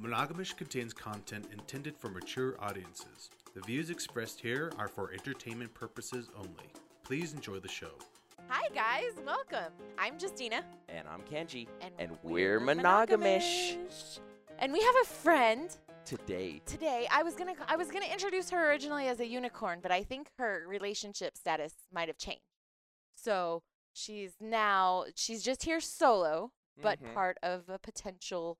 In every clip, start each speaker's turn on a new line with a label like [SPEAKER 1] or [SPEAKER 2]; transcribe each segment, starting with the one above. [SPEAKER 1] Monogamish contains content intended for mature audiences. The views expressed here are for entertainment purposes only. Please enjoy the show.
[SPEAKER 2] Hi, guys. Welcome. I'm Justina.
[SPEAKER 3] And I'm Kenji. And we're monogamish
[SPEAKER 2] monogamish. And we have a friend
[SPEAKER 3] today.
[SPEAKER 2] today. I was gonna I was gonna introduce her originally as a unicorn, but I think her relationship status might have changed. So she's now she's just here solo, but
[SPEAKER 3] Mhm.
[SPEAKER 2] part of a potential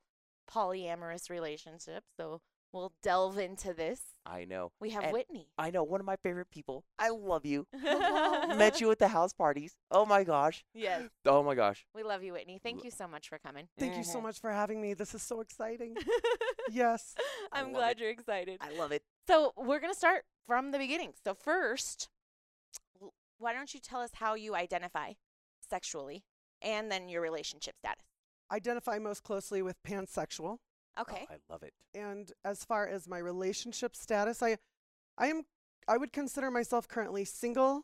[SPEAKER 2] polyamorous relationship. So we'll delve into this.
[SPEAKER 3] I know.
[SPEAKER 2] We have
[SPEAKER 3] And-
[SPEAKER 2] Whitney.
[SPEAKER 3] I know. One of my favorite people. I love you. Met you at the house parties. Oh my gosh.
[SPEAKER 2] Yes.
[SPEAKER 3] Oh my gosh.
[SPEAKER 2] We love you, Whitney. Thank you so much for coming.
[SPEAKER 4] Thank you so
[SPEAKER 3] Mhm.
[SPEAKER 4] much for having me. This is so exciting. yes.
[SPEAKER 3] I
[SPEAKER 2] I'm
[SPEAKER 3] love
[SPEAKER 2] glad
[SPEAKER 3] it.
[SPEAKER 2] you're excited.
[SPEAKER 3] I love it.
[SPEAKER 2] So we're going to start from the beginning. So, first, l- why don't you tell us how you identify sexually and then your relationship status?
[SPEAKER 4] Identify most closely with pansexual.
[SPEAKER 2] Okay.
[SPEAKER 3] Oh, I love it.
[SPEAKER 4] And as far as my relationship status, I I am I would consider myself currently single.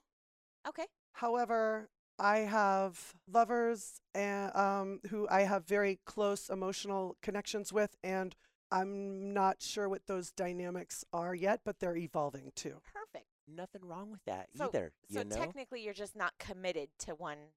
[SPEAKER 2] Okay.
[SPEAKER 4] However, I have lovers and, um, who I have very close emotional connections with, and I'm not sure what those dynamics are yet, but they're evolving too.
[SPEAKER 2] Perfect.
[SPEAKER 3] Nothing wrong with that
[SPEAKER 2] So-
[SPEAKER 3] either.
[SPEAKER 2] So,
[SPEAKER 3] you know?
[SPEAKER 2] technically, you're just not committed to one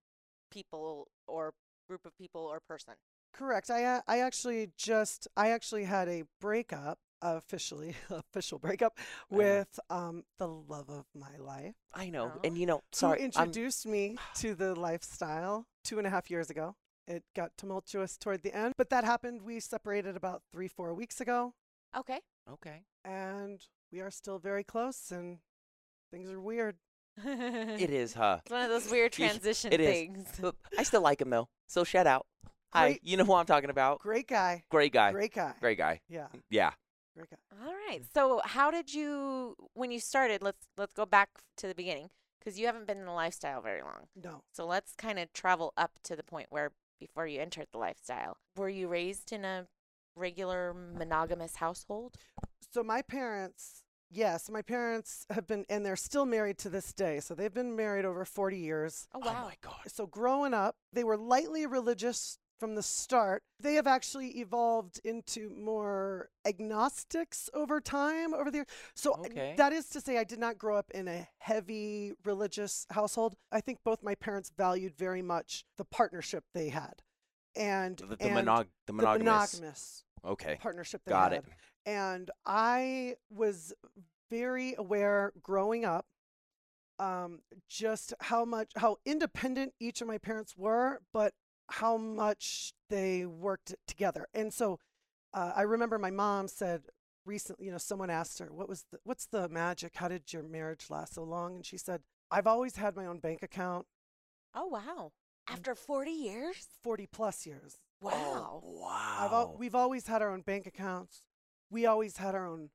[SPEAKER 2] people or group of people or person.
[SPEAKER 4] Correct. I a- I actually just I actually had a breakup officially official breakup
[SPEAKER 3] Uh-huh.
[SPEAKER 4] with um the love of my life
[SPEAKER 3] I know.
[SPEAKER 2] Oh.
[SPEAKER 3] And you know,
[SPEAKER 4] who
[SPEAKER 3] sorry. I'm-
[SPEAKER 4] introduced me to the lifestyle two and a half years ago. It got tumultuous toward the end, but that happened. We separated about three four weeks ago,
[SPEAKER 2] Okay.
[SPEAKER 3] okay.
[SPEAKER 4] and we are still very close. And things are weird.
[SPEAKER 3] It
[SPEAKER 2] it's
[SPEAKER 3] is, huh?
[SPEAKER 2] one of those weird
[SPEAKER 3] You sh-
[SPEAKER 2] transition
[SPEAKER 3] it is.
[SPEAKER 2] things.
[SPEAKER 3] But I still like him though. So shout out. Hi.
[SPEAKER 4] Great-
[SPEAKER 3] You know who I'm talking about?
[SPEAKER 4] Great guy.
[SPEAKER 3] Great guy.
[SPEAKER 4] Great guy.
[SPEAKER 3] Great guy.
[SPEAKER 4] Yeah.
[SPEAKER 3] Yeah.
[SPEAKER 4] Great guy.
[SPEAKER 2] All right. So, how did you when you started? Let's let's go back f- to the beginning because you haven't been in the lifestyle very long.
[SPEAKER 4] No.
[SPEAKER 2] So let's kind of travel up to the point where before you entered the lifestyle, were you raised in a regular monogamous household?
[SPEAKER 4] So my parents, yes, my parents have been, and they're still married to this day. So they've been married over 40 years.
[SPEAKER 2] Oh
[SPEAKER 3] Oh
[SPEAKER 2] wow.
[SPEAKER 3] my gosh.
[SPEAKER 4] So growing up, they were lightly religious from the start. They have actually evolved into more agnostics over time, over the years. So I-
[SPEAKER 3] Okay.
[SPEAKER 4] that is to say, I did not grow up in a heavy religious household. I think both my parents valued very much the partnership they had. And
[SPEAKER 3] The, the,
[SPEAKER 4] and
[SPEAKER 3] monog- the monogamous.
[SPEAKER 4] the monogamous
[SPEAKER 3] Okay.
[SPEAKER 4] partnership they
[SPEAKER 3] Got
[SPEAKER 4] had
[SPEAKER 3] it.
[SPEAKER 4] and I was very aware growing up um, just how much how independent each of my parents were, but how much they worked together. And so uh, I remember my mom said recently, you know, someone asked her, "What was the, what's the magic? How did your marriage last so long?" And she said, "I've always had my own bank account,
[SPEAKER 2] Oh wow. After 40 years?
[SPEAKER 4] forty plus years.
[SPEAKER 2] Wow.
[SPEAKER 3] Oh, wow.
[SPEAKER 4] I've al- we've always had our own bank accounts. We always had our own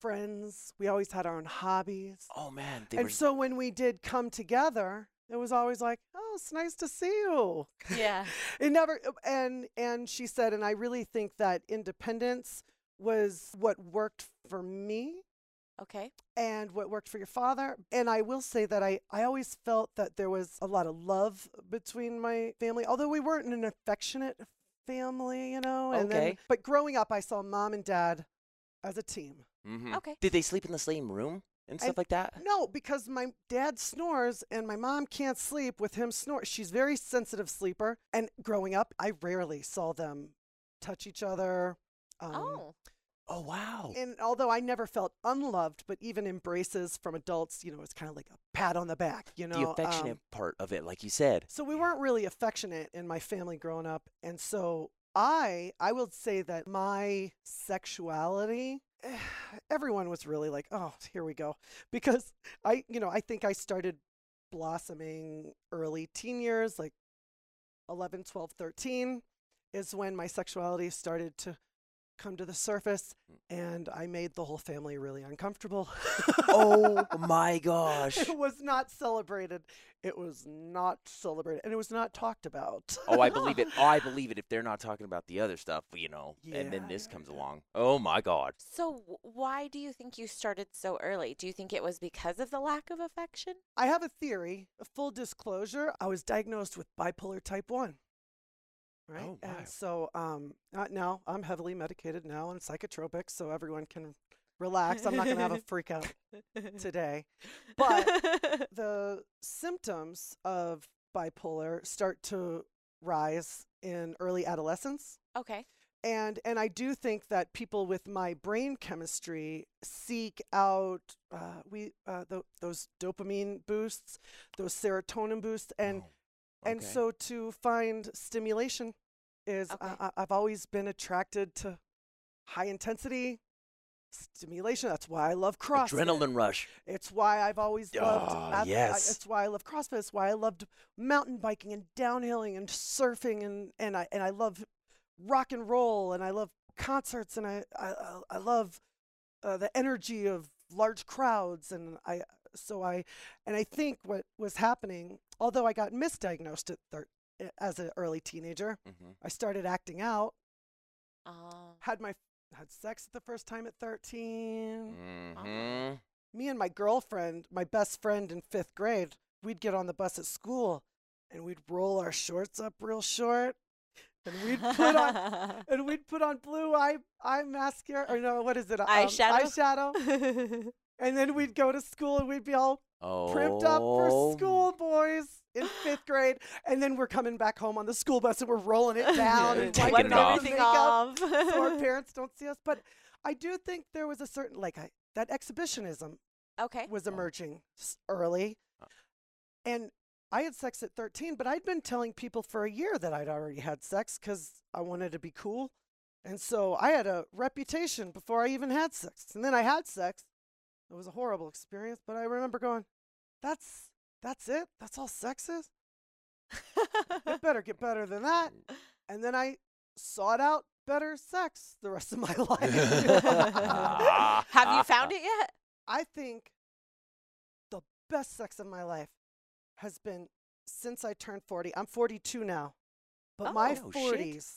[SPEAKER 4] friends. We always had our own hobbies.
[SPEAKER 3] oh man. They
[SPEAKER 4] and
[SPEAKER 3] were
[SPEAKER 4] so when we did come together, it was always like, "Oh, it's nice to see you."
[SPEAKER 2] Yeah.
[SPEAKER 4] It never uh, and and she said, and I really think that independence was what worked for me
[SPEAKER 2] Okay.
[SPEAKER 4] and what worked for your father. And I will say that I, I always felt that there was a lot of love between my family, although we weren't an affectionate family, you know. And then,
[SPEAKER 3] Okay.
[SPEAKER 4] but growing up, I saw mom and dad as a team.
[SPEAKER 3] Mhm.
[SPEAKER 2] Okay.
[SPEAKER 3] Did they sleep in the same room and stuff
[SPEAKER 4] And-
[SPEAKER 3] like that?
[SPEAKER 4] No, because my dad snores and my mom can't sleep with him snore. She's very sensitive sleeper. And growing up, I rarely saw them touch each other. Um,
[SPEAKER 2] oh.
[SPEAKER 3] Oh wow.
[SPEAKER 4] And although I never felt unloved, but even embraces from adults, you know, it's kind of like a pat on the back, you know.
[SPEAKER 3] the
[SPEAKER 4] um,
[SPEAKER 3] affectionate part of it, like you said.
[SPEAKER 4] So we weren't really affectionate in my family growing up, and so I I will say that my sexuality eh, everyone was really like, "Oh, here we go." Because I, you know, I think I started blossoming early teen years, like 11, 12, 13 is when my sexuality started to come to the surface
[SPEAKER 3] Mm.
[SPEAKER 4] and I made the whole family really uncomfortable.
[SPEAKER 3] oh my gosh.
[SPEAKER 4] It was not celebrated. It was not celebrated. And it was not talked about.
[SPEAKER 3] Oh, I believe it. Oh, I believe it. If they're not talking about the other stuff, you know, and then
[SPEAKER 4] Yeah,
[SPEAKER 3] this
[SPEAKER 4] yeah,
[SPEAKER 3] comes
[SPEAKER 4] yeah.
[SPEAKER 3] along. Oh my God.
[SPEAKER 2] So w- why do you think you started so early? Do you think it was because of the lack of affection?
[SPEAKER 4] I have a theory. Full disclosure, I was diagnosed with bipolar type 1. right?
[SPEAKER 1] Oh, wow.
[SPEAKER 4] And so um, uh, now I'm heavily medicated now and psychotropic, so everyone can relax. I'm not going to have a freak out today. But the symptoms of bipolar start to rise in early adolescence.
[SPEAKER 2] okay.
[SPEAKER 4] And, and I do think that people with my brain chemistry seek out uh, we uh, tho- those dopamine boosts, those serotonin boosts, and
[SPEAKER 1] Wow.
[SPEAKER 3] Oh,
[SPEAKER 4] and so to find stimulation is
[SPEAKER 2] Okay.
[SPEAKER 4] I, I, I've always been attracted to high intensity stimulation. That's why I love CrossFit.
[SPEAKER 3] adrenaline rush.
[SPEAKER 4] It's why I've always loved.
[SPEAKER 3] Ah,
[SPEAKER 4] ath- I-
[SPEAKER 3] yes.
[SPEAKER 4] it's why I love CrossFit. It's why I loved mountain biking and downhilling and surfing and and I and I love rock and roll and I love concerts and I I, I- I love uh, the energy of large crowds and I so I and I think what was happening, although I got misdiagnosed at thir- eh, as an early teenager,
[SPEAKER 3] Mm-hmm.
[SPEAKER 4] I started acting out.
[SPEAKER 2] Um,
[SPEAKER 4] Had my had sex the first time at thirteen.
[SPEAKER 3] Mm-hmm.
[SPEAKER 4] me and my girlfriend, my best friend in fifth grade, we'd get on the bus at school and we'd roll our shorts up real short and we'd put on and we'd put on blue eye eye mascara or no, what is it? Um,
[SPEAKER 2] Eyeshadow?
[SPEAKER 4] eyeshadow. And then we'd go to school and we'd be all
[SPEAKER 3] Oh.
[SPEAKER 4] primped up for school boys in fifth grade. And then we're coming back home on the school bus and we're rolling it down
[SPEAKER 3] Yeah,
[SPEAKER 4] and
[SPEAKER 3] taking
[SPEAKER 4] wiping
[SPEAKER 3] it
[SPEAKER 4] off the
[SPEAKER 2] everything
[SPEAKER 4] makeup
[SPEAKER 2] off.
[SPEAKER 4] so our parents don't see us. But I do think there was a certain like I, that exhibitionism
[SPEAKER 2] okay.
[SPEAKER 4] was emerging s- early. And I had sex at 13, but I'd been telling people for a year that I'd already had sex because I wanted to be cool. And so I had a reputation before I even had sex. And then I had sex. It was a horrible experience, but I remember going, that's that's it? That's all sex is? It better get better than that. And then I sought out better sex the rest of my life.
[SPEAKER 3] Ah.
[SPEAKER 2] Have you found it yet?
[SPEAKER 4] I think the best sex of my life has been since I turned 40. I'm 42 now, but my
[SPEAKER 3] Oh, shit.
[SPEAKER 4] 40s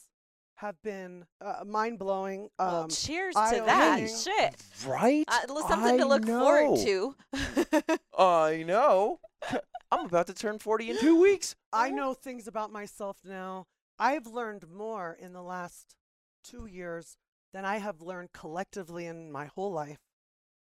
[SPEAKER 4] have been uh, mind blowing.
[SPEAKER 2] well,
[SPEAKER 3] Oh,
[SPEAKER 4] Um,
[SPEAKER 2] cheers
[SPEAKER 4] I
[SPEAKER 2] to that.
[SPEAKER 4] only-
[SPEAKER 2] Shit.
[SPEAKER 3] Right?
[SPEAKER 2] Uh, l- something to look forward to.
[SPEAKER 3] I know. I'm about to turn 40 in two weeks.
[SPEAKER 4] I know things about myself now. I've learned more in the last two years than I have learned collectively in my whole life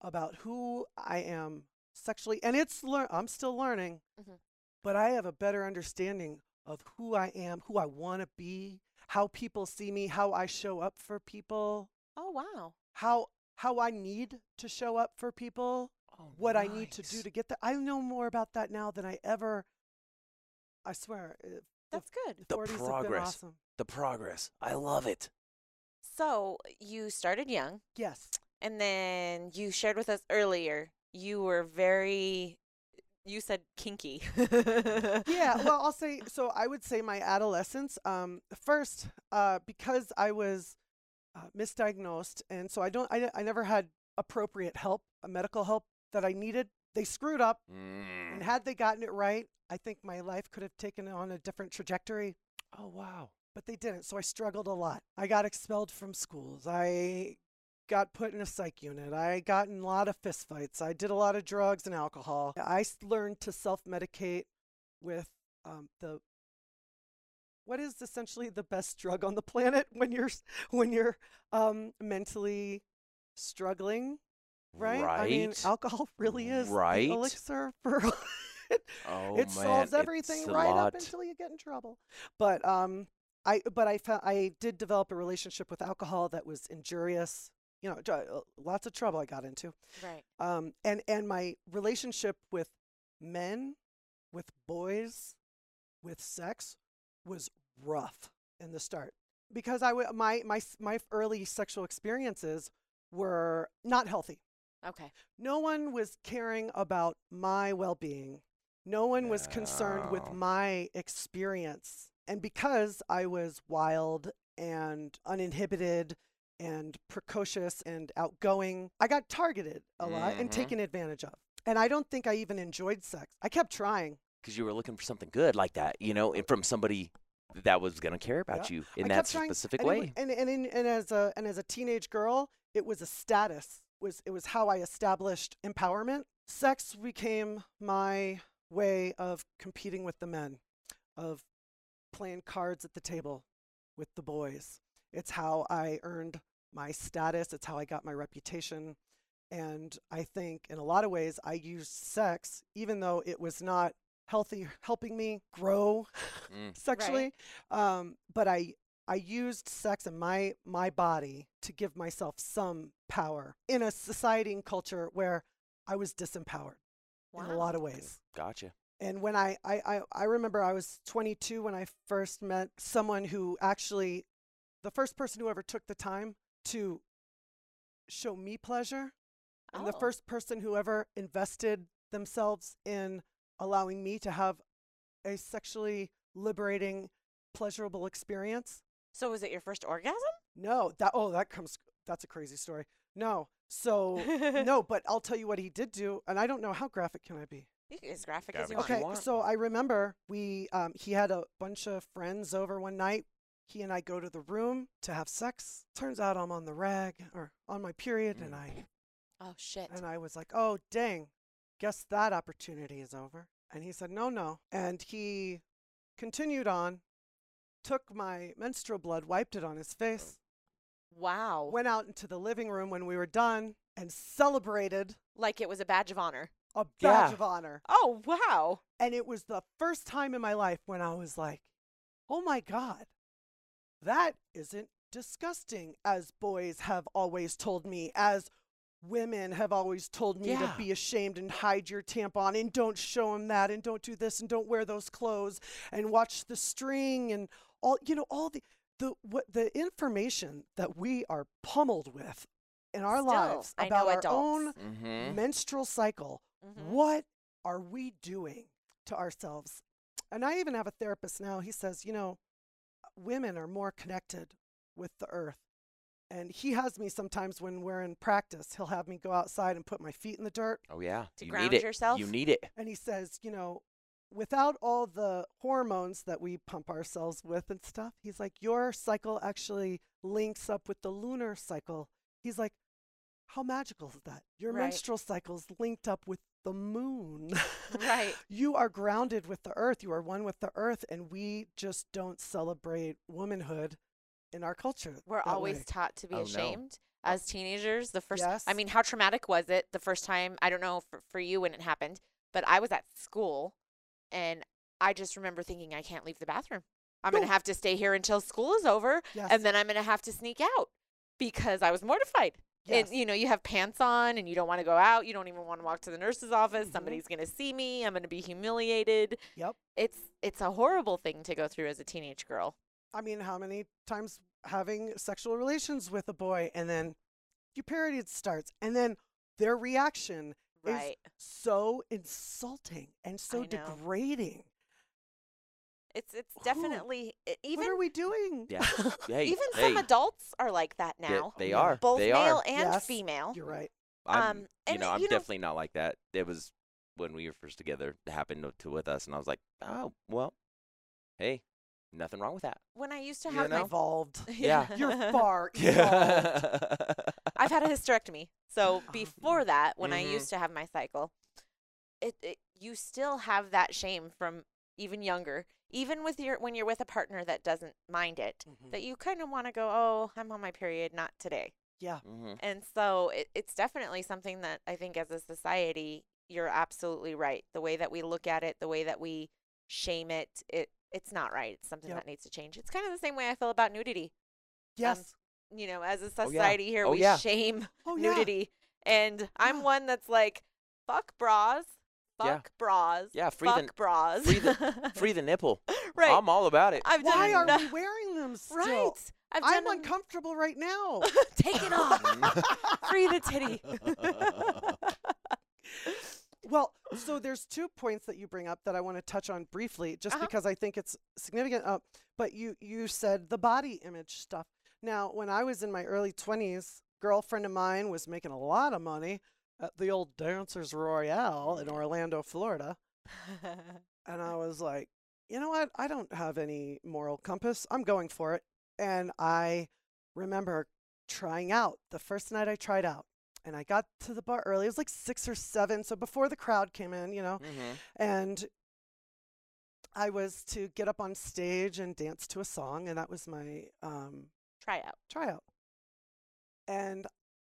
[SPEAKER 4] about who I am sexually. And it's lear- I'm still learning,
[SPEAKER 2] Mhm.
[SPEAKER 4] but I have a better understanding of who I am, who I want to be, how people see me, how I show up for people,
[SPEAKER 2] oh wow.
[SPEAKER 4] how how I need to show up for people
[SPEAKER 3] Oh,
[SPEAKER 4] what I need to do to get that. I know more about that now than I ever. I swear, uh,
[SPEAKER 2] That's good.
[SPEAKER 3] The
[SPEAKER 4] 40s have been
[SPEAKER 3] progress.
[SPEAKER 4] awesome.
[SPEAKER 3] The progress. I love it.
[SPEAKER 2] So you started young,
[SPEAKER 4] Yes,
[SPEAKER 2] and then you shared with us earlier you were very, you said kinky.
[SPEAKER 4] yeah. Well, I'll say so. I would say my adolescence. Um, first, uh, because I was uh, misdiagnosed, and so I don't, I, I never had appropriate help, uh, medical help that I needed. They screwed up,
[SPEAKER 3] Mm.
[SPEAKER 4] and had they gotten it right, I think my life could have taken on a different trajectory.
[SPEAKER 3] Oh, wow.
[SPEAKER 4] but they didn't. So I struggled a lot. I got expelled from schools. I got put in a psych unit. I got in a lot of fistfights. I did a lot of drugs and alcohol. I s- learned to self medicate with um, the what is essentially the best drug on the planet when you're s- when you're um, mentally struggling. Right? I mean,
[SPEAKER 3] Right.
[SPEAKER 4] alcohol really is
[SPEAKER 3] Right.
[SPEAKER 4] the elixir for
[SPEAKER 3] Oh,
[SPEAKER 4] it solves
[SPEAKER 3] man,
[SPEAKER 4] everything
[SPEAKER 3] it's a
[SPEAKER 4] right
[SPEAKER 3] lot.
[SPEAKER 4] up until you get in trouble. But um, I but I found I did develop a relationship with alcohol that was injurious. You know, dr- uh, lots of trouble I got into.
[SPEAKER 2] Right.
[SPEAKER 4] Um, and and my relationship with men, with boys, with sex was rough in the start because I w- my my s- my early sexual experiences were not healthy.
[SPEAKER 2] Okay.
[SPEAKER 4] No one was caring about my well being. No one was concerned with
[SPEAKER 3] No.
[SPEAKER 4] my experience. And because I was wild and uninhibited and precocious and outgoing, I got targeted a lot and
[SPEAKER 3] Mhm.
[SPEAKER 4] taken advantage of. And I don't think I even enjoyed sex. I kept trying.
[SPEAKER 3] Because you were looking for something good like that, you know, and from somebody that was going to care about you in
[SPEAKER 4] I
[SPEAKER 3] that
[SPEAKER 4] kept trying,
[SPEAKER 3] specific
[SPEAKER 4] and it wa-
[SPEAKER 3] way.
[SPEAKER 4] and and, in, and as a and as a teenage girl, it was a status. Was it was how I established empowerment. Sex became my way of competing with the men, of playing cards at the table, with the boys. It's how I earned my status, it's how I got my reputation. And I think in a lot of ways, I used sex, even though it was not healthy, helping me grow
[SPEAKER 3] Mm.
[SPEAKER 4] sexually. Um, but I, I used sex and my, my body to give myself some power in a society and culture where I was disempowered in a lot of ways
[SPEAKER 3] Gotcha.
[SPEAKER 4] and when I, I i i remember i was 22 when i first met someone who actually the first person who ever took the time to show me pleasure and the
[SPEAKER 2] Oh.
[SPEAKER 4] first person who ever invested themselves in allowing me to have a sexually liberating pleasurable experience
[SPEAKER 2] So was it your first orgasm?
[SPEAKER 4] no that oh that comes that's a crazy story no so no but i'll tell you what he did do and i don't know how graphic can i be
[SPEAKER 2] You can- as graphic
[SPEAKER 3] Gotta
[SPEAKER 2] as
[SPEAKER 3] be
[SPEAKER 2] you
[SPEAKER 3] what
[SPEAKER 2] want.
[SPEAKER 3] you
[SPEAKER 4] Okay,
[SPEAKER 3] want.
[SPEAKER 4] so I remember we um, he had a bunch of friends over one night. He and I go to the room to have sex. Turns out I'm on the rag or on my period, and
[SPEAKER 3] Mm.
[SPEAKER 4] I
[SPEAKER 2] Oh shit.
[SPEAKER 4] and I was like, "Oh dang, guess that opportunity is over." And he said, "No, no," and he continued on, took my menstrual blood, wiped it on his face,
[SPEAKER 2] Wow.
[SPEAKER 4] went out into the living room when we were done, and celebrated
[SPEAKER 2] like it was a badge of honor.
[SPEAKER 4] a badge
[SPEAKER 3] Yeah.
[SPEAKER 4] of honor.
[SPEAKER 2] Oh wow.
[SPEAKER 4] And it was the first time in my life when I was like, oh my God, that isn't disgusting, as boys have always told me, as women have always told me to
[SPEAKER 3] Yeah.
[SPEAKER 4] be ashamed and hide your tampon and don't show them that and don't do this and don't wear those clothes and watch the string and all, you know, all the. The, what, the information that we are pummeled with in our
[SPEAKER 2] Still,
[SPEAKER 4] lives
[SPEAKER 2] I know
[SPEAKER 4] about our
[SPEAKER 2] adults. Eh?
[SPEAKER 4] own
[SPEAKER 3] Mm-hmm.
[SPEAKER 4] menstrual cycle
[SPEAKER 2] Mhm.
[SPEAKER 4] what are we doing to ourselves? And I even have a therapist now. He says, you know, women are more connected with the earth. And he has me sometimes when we're in practice, he'll have me go outside and put my feet in the dirt.
[SPEAKER 3] Oh yeah.
[SPEAKER 2] To
[SPEAKER 3] you
[SPEAKER 2] ground
[SPEAKER 3] need it.
[SPEAKER 2] yourself?
[SPEAKER 3] You need it.
[SPEAKER 4] And he says, you know, without all the hormones that we pump ourselves with and stuff, he's like, your cycle actually links up with the lunar cycle. He's like, how magical is that? Your
[SPEAKER 2] Right.
[SPEAKER 4] menstrual cycle's linked up with the moon.
[SPEAKER 2] Right.
[SPEAKER 4] you are grounded with the earth. You are one with the earth, and we just don't celebrate womanhood in our culture.
[SPEAKER 2] We're
[SPEAKER 4] that
[SPEAKER 2] always
[SPEAKER 4] way.
[SPEAKER 2] taught to be
[SPEAKER 3] Oh, no.
[SPEAKER 2] ashamed as teenagers. The first, I
[SPEAKER 4] Yes.
[SPEAKER 2] mean, how traumatic was it the first time? I don't know for, for you when it happened, but I was at school and I just remember thinking, I can't leave the bathroom. I'm going to
[SPEAKER 4] No.
[SPEAKER 2] have to stay here until school is over
[SPEAKER 4] yes.
[SPEAKER 2] and then I'm going to have to sneak out because I was mortified.
[SPEAKER 4] yes.
[SPEAKER 2] And you know, you have pants on and you don't want to go out. You don't even want to walk to the nurse's office.
[SPEAKER 4] Mhm.
[SPEAKER 2] Somebody's going to see me. I'm going to be humiliated.
[SPEAKER 4] yep.
[SPEAKER 2] It's it's a horrible thing to go through as a teenage girl.
[SPEAKER 4] I mean, how many times having sexual relations with a boy and then your period starts, and then their reaction Is-
[SPEAKER 2] Right.
[SPEAKER 4] so insulting and so
[SPEAKER 2] I know.
[SPEAKER 4] degrading.
[SPEAKER 2] It's it's
[SPEAKER 4] Who-
[SPEAKER 2] definitely e-
[SPEAKER 4] what
[SPEAKER 2] even
[SPEAKER 4] are we doing?
[SPEAKER 3] Yeah. Hey,
[SPEAKER 2] even
[SPEAKER 3] hey,
[SPEAKER 2] some adults are like that
[SPEAKER 3] they-
[SPEAKER 2] now.
[SPEAKER 3] They,
[SPEAKER 4] Yeah.
[SPEAKER 3] are.
[SPEAKER 2] Both
[SPEAKER 3] they
[SPEAKER 2] male
[SPEAKER 3] are.
[SPEAKER 2] and
[SPEAKER 4] Yes.
[SPEAKER 2] female.
[SPEAKER 4] You're right.
[SPEAKER 2] um,
[SPEAKER 3] I'm, you
[SPEAKER 2] and it-
[SPEAKER 3] know, I'm
[SPEAKER 2] you know-
[SPEAKER 3] definitely not like that. It was when we were first together. It happened to- to with us, and I was like, oh well, hey, nothing wrong with that.
[SPEAKER 2] When I used to
[SPEAKER 3] You
[SPEAKER 2] have
[SPEAKER 3] know?
[SPEAKER 4] Evolved.
[SPEAKER 3] Yeah.
[SPEAKER 4] You're far. evolved.
[SPEAKER 2] I've had a hysterectomy. So
[SPEAKER 4] Oh.
[SPEAKER 2] before that, when I
[SPEAKER 3] Mhm.
[SPEAKER 2] used to have my cycle, it, it you still have that shame from even younger, even with your when you're with a partner that doesn't mind it,
[SPEAKER 4] Mhm.
[SPEAKER 3] Mm-hmm.
[SPEAKER 2] that you kind of want to go, oh, I'm on my period, not today.
[SPEAKER 4] Yeah.
[SPEAKER 3] hmm
[SPEAKER 2] And so it, it's definitely something that I think as a society, you're absolutely right. The way that we look at it, the way that we shame it, it it's not right. It's something
[SPEAKER 4] Yep.
[SPEAKER 2] that needs to change. It's kind of the same way I feel about nudity.
[SPEAKER 4] Yes.
[SPEAKER 2] You know, as a
[SPEAKER 3] yeah.
[SPEAKER 2] society here,
[SPEAKER 3] Oh,
[SPEAKER 2] we
[SPEAKER 3] yeah.
[SPEAKER 2] shame
[SPEAKER 4] oh, yeah.
[SPEAKER 2] nudity. And I'm
[SPEAKER 4] Yeah.
[SPEAKER 2] one that's like, fuck bras, fuck
[SPEAKER 3] Yeah.
[SPEAKER 2] bras,
[SPEAKER 3] Yeah, free
[SPEAKER 2] fuck
[SPEAKER 3] the
[SPEAKER 2] bras.
[SPEAKER 3] free free the nipple.
[SPEAKER 2] right.
[SPEAKER 3] I'm all about it.
[SPEAKER 2] I've
[SPEAKER 4] Why
[SPEAKER 2] done
[SPEAKER 4] are
[SPEAKER 2] no-
[SPEAKER 4] we wearing them still?
[SPEAKER 2] right. I've done
[SPEAKER 4] I'm
[SPEAKER 2] them-
[SPEAKER 4] uncomfortable right now.
[SPEAKER 2] Take it off. free the titty.
[SPEAKER 3] Mm-hmm.
[SPEAKER 4] Well, so there's two points that you bring up that I want to touch on briefly, just
[SPEAKER 2] Uh-huh.
[SPEAKER 4] because I think it's significant. Uh, but you you said the body image stuff. Now, when I was in my early 20s, girlfriend of mine was making a lot of money at the old Dancers Royale in Orlando, Florida, and I was like, you know what? I don't have any moral compass. I'm going for it. And I remember trying out the first night I tried out. And I got to the bar early. It
[SPEAKER 3] Mm-hmm.
[SPEAKER 4] was like six or seven. So before the crowd came in, you know,
[SPEAKER 3] Mhm.
[SPEAKER 4] and I was to get up on stage and dance to a song, and that was my um,
[SPEAKER 2] Try out.
[SPEAKER 4] tryout. And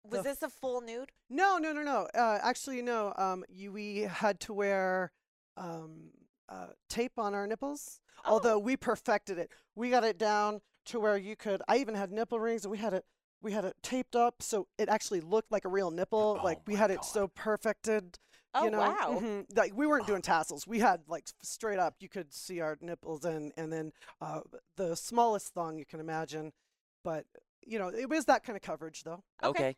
[SPEAKER 5] Was
[SPEAKER 4] The
[SPEAKER 5] this a full nude?
[SPEAKER 4] no, no, no, no. Uh, actually, no. Um, you, we had to wear um, uh, tape on our nipples,
[SPEAKER 2] Oh,
[SPEAKER 3] Oh.
[SPEAKER 4] although we perfected it. We got it down to where you could. I even had nipple rings, and we had it. We had it taped up, so it actually looked like a real nipple.
[SPEAKER 3] Oh
[SPEAKER 4] like we
[SPEAKER 3] my
[SPEAKER 4] had
[SPEAKER 3] God.
[SPEAKER 4] it so perfected.
[SPEAKER 5] Oh
[SPEAKER 4] you know?
[SPEAKER 5] wow.
[SPEAKER 4] mhm. Like we weren't
[SPEAKER 3] Oh.
[SPEAKER 4] doing tassels. We had like s- straight up. You could see our nipples, and and then uh, the smallest thong you can imagine. But you know, it was that kind of coverage, though
[SPEAKER 3] Okay.
[SPEAKER 5] Okay.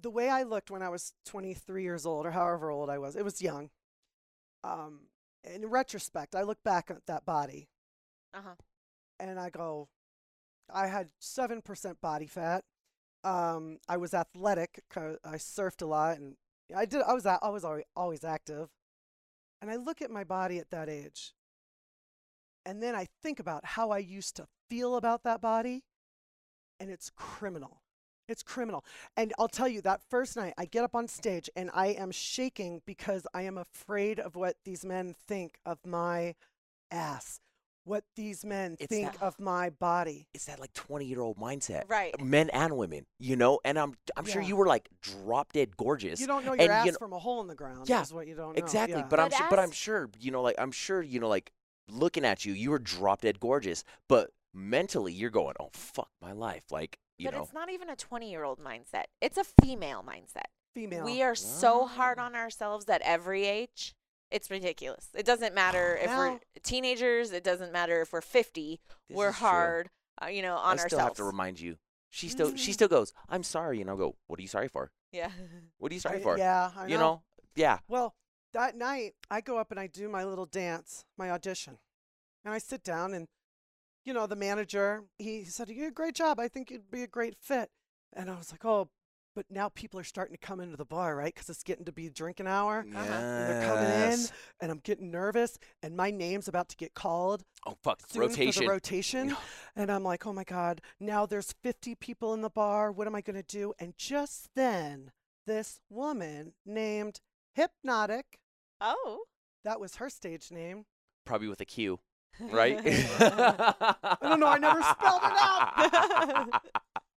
[SPEAKER 4] the way I looked when I was 23 years old or however old I was, it was young. Um, in retrospect, I look back at that body
[SPEAKER 5] Uh-huh.
[SPEAKER 4] and I go, I had 7% body fat. Um, I was athletic. 'cause I surfed a lot and I did, I was, a- I was always, always active. And I look at my body at that age. And then I think about how I used to feel about that body. And it's criminal. It's criminal. And I'll tell you, that first night, I get up on stage and I am shaking because I am afraid of what these men think of my ass, what these men
[SPEAKER 3] It's
[SPEAKER 4] think
[SPEAKER 3] that-
[SPEAKER 4] of my body.
[SPEAKER 3] It's that like 20 year old mindset.
[SPEAKER 5] Right.
[SPEAKER 4] um,
[SPEAKER 3] Men and women, you know? And I'm I'm sure
[SPEAKER 4] Yeah.
[SPEAKER 3] you were like drop dead gorgeous.
[SPEAKER 4] You don't know your
[SPEAKER 3] and you
[SPEAKER 4] ass
[SPEAKER 3] know-
[SPEAKER 4] from a hole in the ground.
[SPEAKER 3] Yeah,
[SPEAKER 4] is what you don't know.
[SPEAKER 3] Exactly,
[SPEAKER 4] Oh, Yeah.
[SPEAKER 3] but I'm
[SPEAKER 2] But
[SPEAKER 3] su- but I'm
[SPEAKER 2] as-
[SPEAKER 3] sure you know, like I'm sure you know, like looking at you, you were drop dead gorgeous, but mentally you're going, oh fuck my life, like you
[SPEAKER 2] but
[SPEAKER 3] know,
[SPEAKER 2] it's not even a 20 year old mindset, it's a female mindset.
[SPEAKER 4] female.
[SPEAKER 2] We are so hard
[SPEAKER 4] Ah.
[SPEAKER 3] Wow.
[SPEAKER 2] on ourselves at every age. It's ridiculous. It doesn't matter if we're
[SPEAKER 4] Well-
[SPEAKER 2] teenagers, it doesn't matter if we're 50.
[SPEAKER 3] This
[SPEAKER 2] we're
[SPEAKER 3] is true.
[SPEAKER 2] hard, uh, you know, on
[SPEAKER 3] I still
[SPEAKER 2] ourselves. Mm-hmm.
[SPEAKER 3] have to remind you. She still she
[SPEAKER 4] Mhm.
[SPEAKER 3] still goes, I'm sorry, and I'll go, what are you sorry for?
[SPEAKER 2] yeah.
[SPEAKER 3] What are you
[SPEAKER 4] I-
[SPEAKER 3] sorry for?
[SPEAKER 4] Yeah, I
[SPEAKER 3] you know, yeah.
[SPEAKER 4] Well, that night I go up and I do my little dance, my audition. And I sit down and you know, the manager, he said, You did a great job. I think you'd be a great fit. And I was like, Oh, but now people are starting to come into the bar, right? Because it's getting to be drinking hour. Uh-huh. And they're coming in
[SPEAKER 3] Yes.
[SPEAKER 4] and I'm getting nervous and my name's about to get called
[SPEAKER 3] Oh fuck,
[SPEAKER 4] soon for the
[SPEAKER 3] rotation.
[SPEAKER 4] rotation. and I'm like, oh my God, now there's 50 people in the bar. What am I going to do? And just then, this woman named Hypnotic,
[SPEAKER 5] Oh.
[SPEAKER 4] that was her stage name.
[SPEAKER 3] Probably with a Q, right?
[SPEAKER 4] don't know, I never spelled it
[SPEAKER 3] out.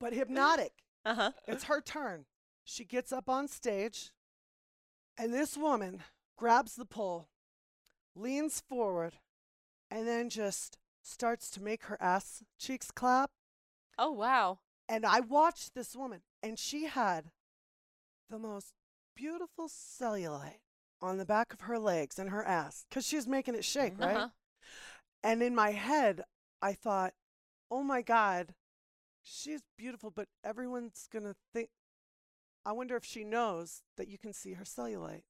[SPEAKER 4] But Hypnotic,
[SPEAKER 5] Uh
[SPEAKER 2] Uh-huh.
[SPEAKER 5] huh.
[SPEAKER 4] it's her turn. She gets up on stage, and this woman grabs the pole, leans forward, and then just starts to make her ass cheeks clap.
[SPEAKER 2] Oh, wow.
[SPEAKER 4] And I watched this woman, and she had the most beautiful cellulite on the back of her legs and her ass because she was making it shake, right?
[SPEAKER 2] Uh-huh.
[SPEAKER 4] And in my head, I thought, oh my God, she's beautiful, but everyone's going to think. I wonder if she knows that you can see her cellulite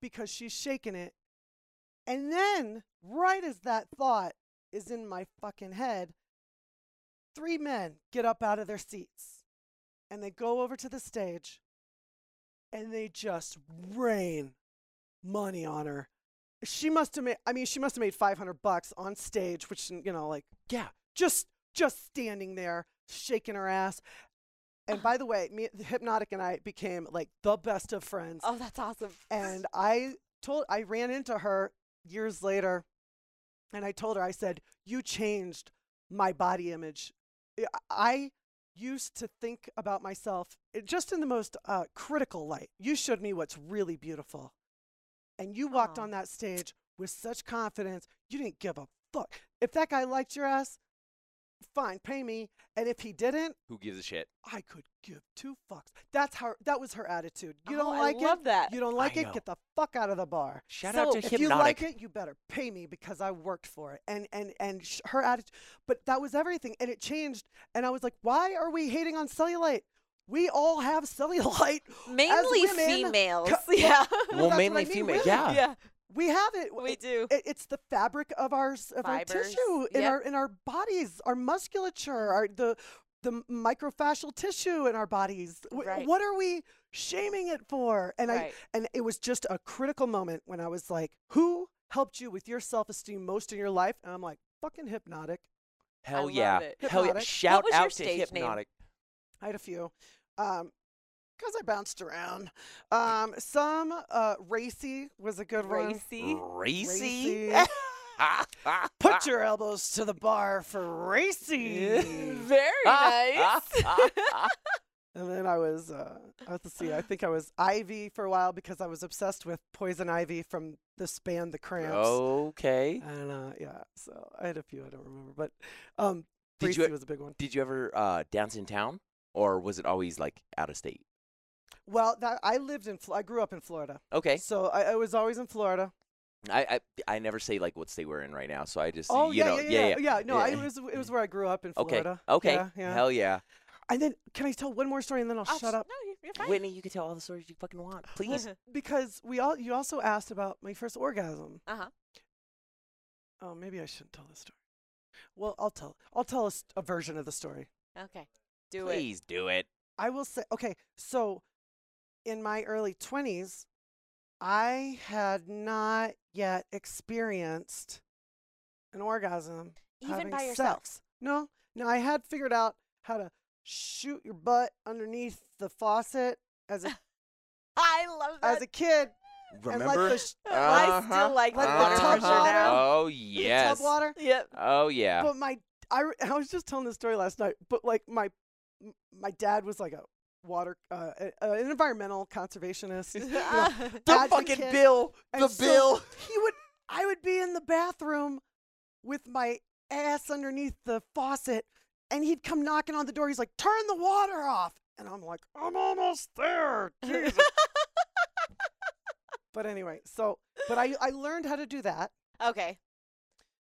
[SPEAKER 4] because she's shaking it. And then, right as that thought is in my fucking head, three men get up out of their seats and they go over to the stage and they just rain money on her. She must have made, I mean, she must have made 500 bucks on stage, which, you know, like,
[SPEAKER 3] Yeah.
[SPEAKER 4] just, just standing there shaking her ass. And by the way, me, Hypnotic and I became like the best of friends
[SPEAKER 2] Oh, that's awesome.
[SPEAKER 4] and I told I ran into her years later and I told her I said you changed my body image. I- I used to think about myself it- just in the most uh, critical light. You showed me what's really beautiful. And you walked
[SPEAKER 5] Aw.
[SPEAKER 4] on that stage with such confidence. You didn't give a fuck. If that guy liked your ass, fine, pay me. And if he didn't,
[SPEAKER 3] Who gives a shit?
[SPEAKER 4] I could give two fucks. That's how that was her attitude. You
[SPEAKER 5] Oh,
[SPEAKER 4] don't
[SPEAKER 5] I
[SPEAKER 4] like it?
[SPEAKER 5] love that.
[SPEAKER 4] You don't like
[SPEAKER 3] I
[SPEAKER 4] it?
[SPEAKER 3] know.
[SPEAKER 4] Get the fuck out of the bar.
[SPEAKER 3] Shout
[SPEAKER 2] So,
[SPEAKER 3] out to
[SPEAKER 4] If
[SPEAKER 3] Hypnotic.
[SPEAKER 4] you like it, you better pay me because I worked for it. And and and sh- her attitude, but that was everything, and it changed. And I was like, why are we hating on cellulite? We all have cellulite.
[SPEAKER 2] Mainly
[SPEAKER 4] women, co-
[SPEAKER 2] females.
[SPEAKER 4] well,
[SPEAKER 2] yeah.
[SPEAKER 4] that's
[SPEAKER 3] well,
[SPEAKER 4] what I
[SPEAKER 3] mainly
[SPEAKER 4] mean,
[SPEAKER 3] female.
[SPEAKER 4] women.
[SPEAKER 3] Yeah.
[SPEAKER 2] yeah.
[SPEAKER 4] We have it.
[SPEAKER 5] We
[SPEAKER 4] It-
[SPEAKER 5] do.
[SPEAKER 4] it- it's the fabric of our s- of our
[SPEAKER 2] Fibers.
[SPEAKER 4] tissue in
[SPEAKER 2] Yep.
[SPEAKER 4] our in our bodies, our musculature, our the the microfacial tissue in our bodies. W-
[SPEAKER 2] Right.
[SPEAKER 4] What are we shaming it for? And I
[SPEAKER 2] Right.
[SPEAKER 4] and it was just a critical moment when I was like, who helped you with your self-esteem most in your life? And I'm like, fucking hypnotic.
[SPEAKER 3] Hell
[SPEAKER 5] love
[SPEAKER 3] yeah.
[SPEAKER 5] it.
[SPEAKER 3] Hell yeah.
[SPEAKER 4] Hypnotic. What
[SPEAKER 3] Shout
[SPEAKER 2] was your
[SPEAKER 3] out to
[SPEAKER 2] stage name?
[SPEAKER 3] Hypnotic.
[SPEAKER 4] I had a few. Um 'cause because I bounced around. Um, some uh, racy was a good one.
[SPEAKER 5] Racy.
[SPEAKER 3] Racy.
[SPEAKER 4] Racy.
[SPEAKER 3] Ah.
[SPEAKER 4] Put your elbows to the bar for racing.
[SPEAKER 2] Very
[SPEAKER 4] Ah.
[SPEAKER 2] nice.
[SPEAKER 4] And then I was, uh, I was- let's see, I think I was Ivy for a while because I was obsessed with Poison Ivy from this band, The Cramps.
[SPEAKER 3] Oh. okay.
[SPEAKER 4] And uh, yeah, so I had a few I don't remember, but um,
[SPEAKER 3] Did you
[SPEAKER 4] Breezy
[SPEAKER 3] e-
[SPEAKER 4] was a big one.
[SPEAKER 3] Did you ever uh, dance in town, or was it always like out of state?
[SPEAKER 4] Well, that I lived in, Fl- I grew up in Florida,
[SPEAKER 3] Okay.
[SPEAKER 4] so I, I was always in Florida.
[SPEAKER 3] I, I I never say like what state we're in right now, so I just
[SPEAKER 4] Oh
[SPEAKER 3] you
[SPEAKER 4] yeah,
[SPEAKER 3] know
[SPEAKER 4] yeah, yeah, yeah, No, I,
[SPEAKER 3] yeah.
[SPEAKER 4] it was it was where I grew up in
[SPEAKER 3] Okay.
[SPEAKER 4] Florida.
[SPEAKER 3] Okay.
[SPEAKER 4] Yeah, yeah.
[SPEAKER 3] Hell Oh, yeah.
[SPEAKER 4] And then can I tell one more story and then I'll,
[SPEAKER 5] I'll s-
[SPEAKER 4] shut up
[SPEAKER 5] No, you- you're fine.
[SPEAKER 3] Whitney, you can tell all the stories you fucking want. Please.
[SPEAKER 4] because we all you also asked about my first orgasm.
[SPEAKER 5] Uh-huh.
[SPEAKER 4] Oh, maybe I shouldn't tell this story. Well, I'll tell I'll tell a, s- a version of the story.
[SPEAKER 5] okay. Do it.
[SPEAKER 3] Please do it.
[SPEAKER 4] I will say okay, so in my early 20s, I had not yet experienced an orgasm
[SPEAKER 2] Even
[SPEAKER 4] having
[SPEAKER 2] by yourself.
[SPEAKER 4] sex. No, no, I had figured out how to shoot your butt underneath the faucet as a
[SPEAKER 5] I love that.
[SPEAKER 4] as a kid.
[SPEAKER 3] Remember?
[SPEAKER 4] And like the, sh-
[SPEAKER 5] I still
[SPEAKER 3] Uh-huh.
[SPEAKER 5] like the
[SPEAKER 4] Like the
[SPEAKER 5] water
[SPEAKER 4] tub
[SPEAKER 5] pressure now.
[SPEAKER 4] water.
[SPEAKER 3] Oh
[SPEAKER 4] the
[SPEAKER 3] yes.
[SPEAKER 4] tub water.
[SPEAKER 5] Yep.
[SPEAKER 3] Oh yeah.
[SPEAKER 4] But my, I, re- I was just telling this story last night. But like my, m- my dad was like a water, uh, a- a- an environmental conservationist. you know,
[SPEAKER 3] Ah, the
[SPEAKER 4] advocate.
[SPEAKER 3] fucking bill.
[SPEAKER 4] And
[SPEAKER 3] The
[SPEAKER 4] so
[SPEAKER 3] bill.
[SPEAKER 4] He would, I would be in the bathroom with my ass underneath the faucet, and he'd come knocking on the door. He's like, "Turn the water off," and I'm like, "I'm almost there." Jesus. but anyway, so but I, I learned how to do that.
[SPEAKER 5] okay.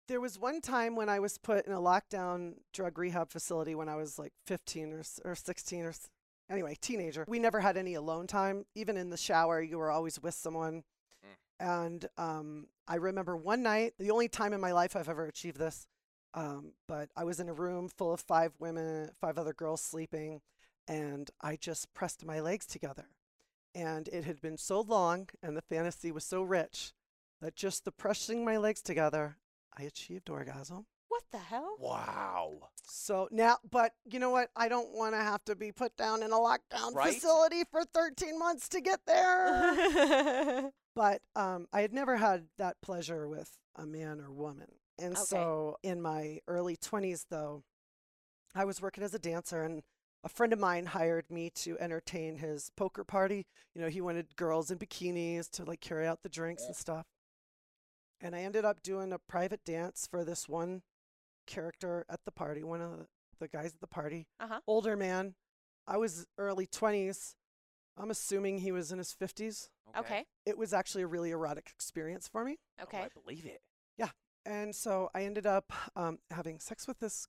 [SPEAKER 4] There was one time when I was put in a lockdown drug rehab facility when I was like 15 or, s- or 16 or s- anyway, teenager. We never had any alone time. Even in the shower, you were always with someone. And um, I remember one night, the only time in my life I've ever achieved this, um, but I was in a room full of five women, five other girls sleeping, and I just pressed my legs together. And it had been so long, and the fantasy was so rich that just the pressing my legs together, I achieved orgasm.
[SPEAKER 5] What the hell?
[SPEAKER 3] Wow.
[SPEAKER 4] So now, but you know what? I don't want to have to be put down in a lockdown
[SPEAKER 3] Right?
[SPEAKER 4] facility for 13 months to get there. but um, I had never had that pleasure with a man or woman. And
[SPEAKER 5] Okay.
[SPEAKER 4] so in my early 20s, though, I was working as a dancer, and a friend of mine hired me to entertain his poker party. You know, he wanted girls in bikinis to like carry out the drinks and stuff. And I ended up doing a private dance for this one character at the party, one of the- the guys at the party,
[SPEAKER 5] Uh-huh.
[SPEAKER 4] older man. I was early 20s. I'm assuming he was in his 50s
[SPEAKER 5] okay.
[SPEAKER 4] it was actually a really erotic experience for me.
[SPEAKER 3] Oh,
[SPEAKER 5] Okay.
[SPEAKER 3] I believe it.
[SPEAKER 4] And so I ended up um, having sex with this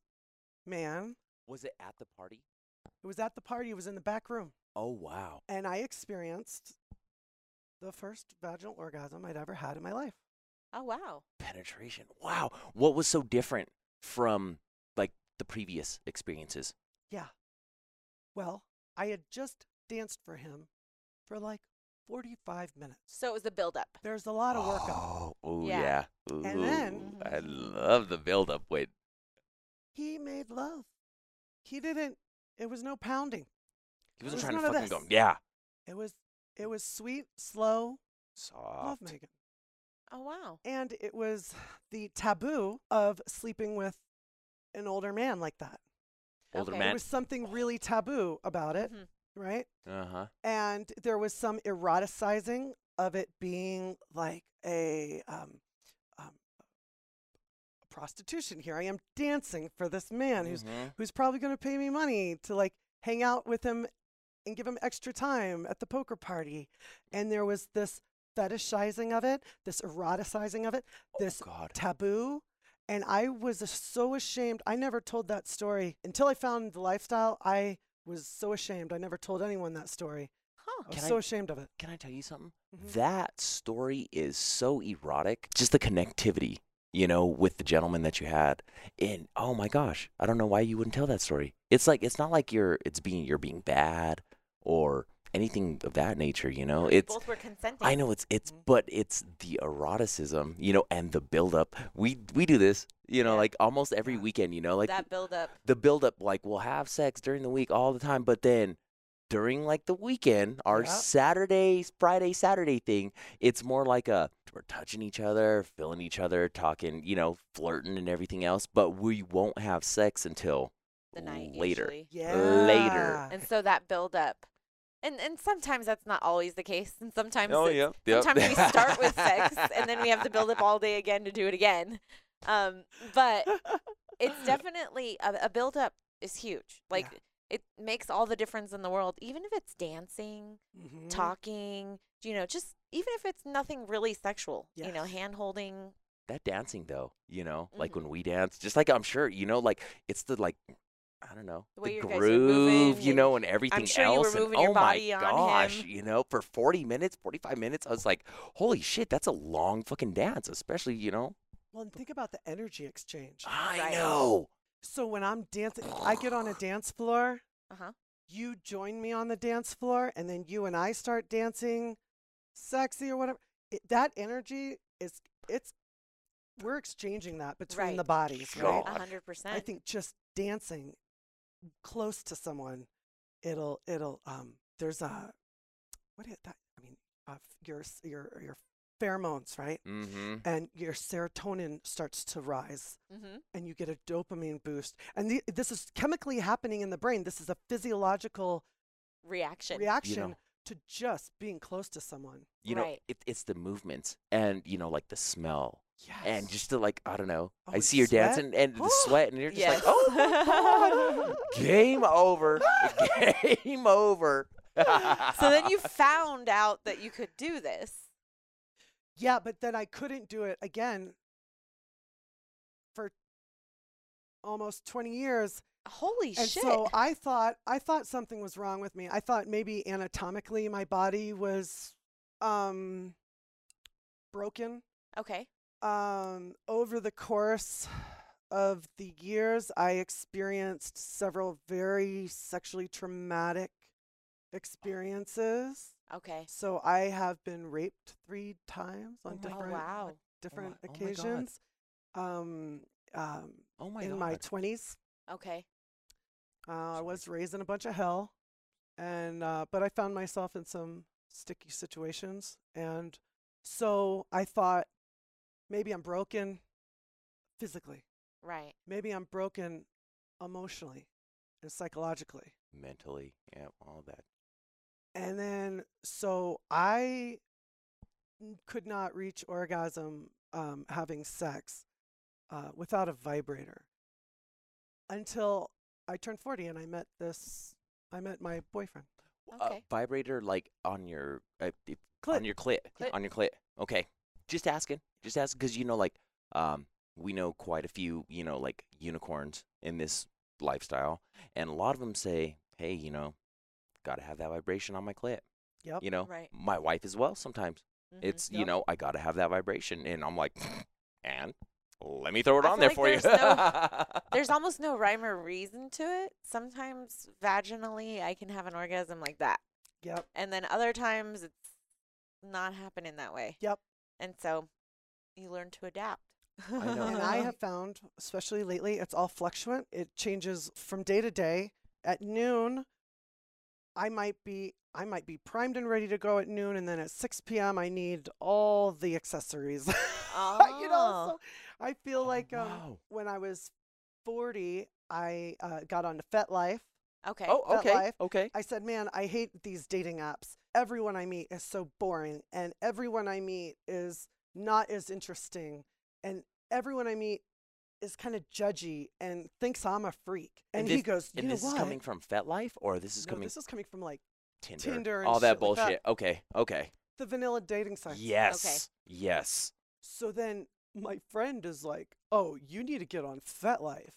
[SPEAKER 4] man.
[SPEAKER 3] Was it at the party?
[SPEAKER 4] It was at the party, it was in the back room.
[SPEAKER 3] Oh wow.
[SPEAKER 4] And I experienced the first vaginal orgasm I'd ever had in my life.
[SPEAKER 5] Oh wow.
[SPEAKER 3] Penetration. Wow. What was so different from like the previous experiences?
[SPEAKER 4] Well, I had just danced for him for like 45 minutes.
[SPEAKER 5] So it was the buildup.
[SPEAKER 4] There's a lot of work up.
[SPEAKER 3] Oh, ooh, yeah.
[SPEAKER 5] Yeah. Mm-hmm.
[SPEAKER 4] And
[SPEAKER 3] Ooh,
[SPEAKER 4] then-
[SPEAKER 3] I love the build up with
[SPEAKER 4] He made love. He didn't, it was no pounding.
[SPEAKER 3] he wasn't
[SPEAKER 4] There's
[SPEAKER 3] trying to
[SPEAKER 4] none of
[SPEAKER 3] fucking go.
[SPEAKER 4] this.
[SPEAKER 3] Yeah.
[SPEAKER 4] It was, it was sweet, slow love
[SPEAKER 3] Soft.
[SPEAKER 4] making.
[SPEAKER 5] Oh wow.
[SPEAKER 4] And it was the taboo of sleeping with an older man like that.
[SPEAKER 3] Older
[SPEAKER 5] Okay.
[SPEAKER 4] There
[SPEAKER 3] man.
[SPEAKER 4] was something really taboo about it,
[SPEAKER 5] Mhm.
[SPEAKER 4] right?
[SPEAKER 3] Uh huh.
[SPEAKER 4] And there was some eroticizing of it being like a um, um, prostitution. Here I am dancing for this man who's
[SPEAKER 3] Mm. Mm-hmm.
[SPEAKER 4] who's probably going to pay me money to like hang out with him and give him extra time at the poker party. And there was this fetishizing of it, this eroticizing of it, this
[SPEAKER 3] oh, God.
[SPEAKER 4] taboo. And I was so ashamed. I never told that story until I found the lifestyle. I was so ashamed. I never told anyone that story.
[SPEAKER 5] Huh.
[SPEAKER 4] I was
[SPEAKER 3] Can I-
[SPEAKER 4] so ashamed of it.
[SPEAKER 3] Can I tell you something?
[SPEAKER 4] Mhm.
[SPEAKER 5] Mm-hmm.
[SPEAKER 3] That story is so erotic. Just the connectivity, you know, with the gentleman that you had. And oh my gosh, I don't know why you wouldn't tell that story. It's like it's not like you're it's being you're being bad or anything of that nature, you know. It's
[SPEAKER 5] Both Mm-hmm. were consenting.
[SPEAKER 3] I know it's it's
[SPEAKER 4] Mhm.
[SPEAKER 3] but it's the eroticism, you know, and the buildup. We we do this, you know,
[SPEAKER 5] Yeah.
[SPEAKER 3] like almost every
[SPEAKER 4] Yeah.
[SPEAKER 3] weekend, you know, like
[SPEAKER 5] that buildup.
[SPEAKER 3] the buildup, like we'll have sex during the week all the time, but then during like the weekend, our
[SPEAKER 4] Yeah.
[SPEAKER 3] Saturday, Friday, Saturday thing, it's more like a we're touching each other, feeling each other, talking, you know, flirting and everything else, but we won't have sex until
[SPEAKER 5] the night
[SPEAKER 3] later.
[SPEAKER 5] usually.
[SPEAKER 4] Yeah.
[SPEAKER 2] And so that build up. And and sometimes that's not always the case. And sometimes
[SPEAKER 3] Oh,
[SPEAKER 2] it's-
[SPEAKER 3] Yep.
[SPEAKER 2] sometimes we start with sex and then we have to build up all day again to do it again. Um, but it's definitely a, a build up is huge. Like it makes all the difference in the world, even if it's dancing,
[SPEAKER 4] Mhm.
[SPEAKER 2] talking, you know, just even if it's nothing really sexual, you know,
[SPEAKER 4] Yes.
[SPEAKER 2] hand holding.
[SPEAKER 3] that dancing though, you know,
[SPEAKER 2] Mm-hmm.
[SPEAKER 3] like when we dance, just like I'm sure, you know, like it's the like I don't know
[SPEAKER 2] The way
[SPEAKER 3] the
[SPEAKER 2] your guys are moving
[SPEAKER 3] groove, you
[SPEAKER 2] and-
[SPEAKER 3] know, and everything
[SPEAKER 2] sure you were
[SPEAKER 3] else. and
[SPEAKER 2] moving your
[SPEAKER 3] oh my
[SPEAKER 2] body on
[SPEAKER 3] gosh,
[SPEAKER 2] him.
[SPEAKER 3] you know, for 40 minutes, 45 minutes, I was like, holy shit, that's a long fucking dance, especially you know.
[SPEAKER 4] Well, and think about the energy exchange.
[SPEAKER 3] I
[SPEAKER 2] Right.
[SPEAKER 3] know.
[SPEAKER 4] So when I'm dancing, I get on a dance floor.
[SPEAKER 2] Uh-huh.
[SPEAKER 4] You join me on the dance floor, and then you and I start dancing, sexy or whatever. It, that energy is it's we're exchanging that between the
[SPEAKER 2] Right.
[SPEAKER 4] bodies,
[SPEAKER 2] A
[SPEAKER 4] right?
[SPEAKER 3] God.
[SPEAKER 2] hundred percent.
[SPEAKER 4] I think just dancing close to someone, it'll it'll um. There's a what is that? I mean, uh, f- your s- your your pheromones, right?
[SPEAKER 3] Mm-hmm.
[SPEAKER 4] And your serotonin starts to rise,
[SPEAKER 2] Mhm.
[SPEAKER 4] and you get a dopamine boost. And the, this is chemically happening in the brain. This is a physiological
[SPEAKER 2] Reaction.
[SPEAKER 4] reaction to just being close to someone.
[SPEAKER 3] You know,
[SPEAKER 2] Right.
[SPEAKER 3] it, it's the movements and you know, like the smell
[SPEAKER 4] Yes.
[SPEAKER 3] and just the like, I don't know.
[SPEAKER 4] Oh,
[SPEAKER 3] I
[SPEAKER 4] and
[SPEAKER 3] see her
[SPEAKER 4] sweat.
[SPEAKER 3] dancing and the sweat, and you're just
[SPEAKER 2] yes.
[SPEAKER 3] like, oh Game over. Game over.
[SPEAKER 2] so then you found out that you could do this.
[SPEAKER 4] Yeah, but then I couldn't do it again for almost 20 years.
[SPEAKER 2] Holy
[SPEAKER 4] And
[SPEAKER 2] shit.
[SPEAKER 4] so I thought I thought something was wrong with me. I thought maybe anatomically my body was um broken.
[SPEAKER 2] okay.
[SPEAKER 4] Um over the course of the years I experienced several very sexually traumatic
[SPEAKER 2] Oh.
[SPEAKER 4] experiences.
[SPEAKER 2] Okay.
[SPEAKER 4] So I have been raped 3 times on
[SPEAKER 2] Oh,
[SPEAKER 3] my
[SPEAKER 4] different
[SPEAKER 2] wow.
[SPEAKER 4] different
[SPEAKER 3] oh my God.
[SPEAKER 4] occasions um, um,
[SPEAKER 3] oh my
[SPEAKER 4] in
[SPEAKER 3] god.
[SPEAKER 4] my 20s.
[SPEAKER 2] Okay.
[SPEAKER 4] Uh, I was raised in a bunch of hell, and uh, but I found myself in some sticky situations, and so I thought maybe I'm broken physically,
[SPEAKER 2] Right.
[SPEAKER 4] maybe I'm broken emotionally and psychologically,
[SPEAKER 3] Mentally, yeah, all that.
[SPEAKER 4] and then so I n- could not reach orgasm um, having sex uh, without a vibrator until I turned 40 and I met this, I met my boyfriend.
[SPEAKER 3] Uh,
[SPEAKER 2] Okay.
[SPEAKER 3] vibrator, like on your uh, it-
[SPEAKER 4] Clit.
[SPEAKER 3] on your clit,
[SPEAKER 2] Clit.
[SPEAKER 3] on your clit. Okay, just asking, just asking, because you know, like, um, we know quite a few, you know, like unicorns in this lifestyle, and a lot of them say, hey, you know, gotta have that vibration on my clit.
[SPEAKER 4] Yep.
[SPEAKER 3] You know,
[SPEAKER 2] Oh, Right.
[SPEAKER 3] my wife as well. Sometimes
[SPEAKER 2] Mhm.
[SPEAKER 3] it's you
[SPEAKER 4] Yep.
[SPEAKER 3] know I gotta have that vibration, and I'm like, and let me throw it
[SPEAKER 2] I
[SPEAKER 3] on
[SPEAKER 2] feel
[SPEAKER 3] there
[SPEAKER 2] like
[SPEAKER 3] for you.
[SPEAKER 2] there's There's almost no rhyme or reason to it. Sometimes vaginally I can have an orgasm like that.
[SPEAKER 4] Yep.
[SPEAKER 2] And then other times it's not happening that way.
[SPEAKER 4] Yep.
[SPEAKER 2] And so you learn to adapt.
[SPEAKER 3] I know.
[SPEAKER 4] And I have found, especially lately, it's all fluctuant. It changes from day to day. At noon, I might be I might be primed and ready to go at noon, and then at 6 p.m. I need all the accessories. you know, so
[SPEAKER 2] Oh.
[SPEAKER 4] I feel
[SPEAKER 3] Oh,
[SPEAKER 4] like um,
[SPEAKER 3] wow.
[SPEAKER 4] when I was 40, I uh, got onto FetLife.
[SPEAKER 2] Okay.
[SPEAKER 3] oh, okay,
[SPEAKER 4] life.
[SPEAKER 3] okay.
[SPEAKER 4] I said, man, I hate these dating apps. Everyone I meet is so boring, and everyone I meet is not as interesting, and everyone I meet is kind of judgy and thinks I'm a freak. And,
[SPEAKER 3] And
[SPEAKER 4] he
[SPEAKER 3] this-
[SPEAKER 4] goes, you
[SPEAKER 3] And
[SPEAKER 4] know
[SPEAKER 3] this
[SPEAKER 4] what?
[SPEAKER 3] is coming from FetLife, or this is
[SPEAKER 4] No,
[SPEAKER 3] coming
[SPEAKER 4] this is coming from like
[SPEAKER 3] Tinder,
[SPEAKER 4] Tinder and
[SPEAKER 3] all that
[SPEAKER 4] shit like that.
[SPEAKER 3] bullshit. Okay, okay.
[SPEAKER 4] the vanilla dating sites.
[SPEAKER 3] Yes, yes.
[SPEAKER 4] So then my friend is like, "Oh, you need to get on FetLife."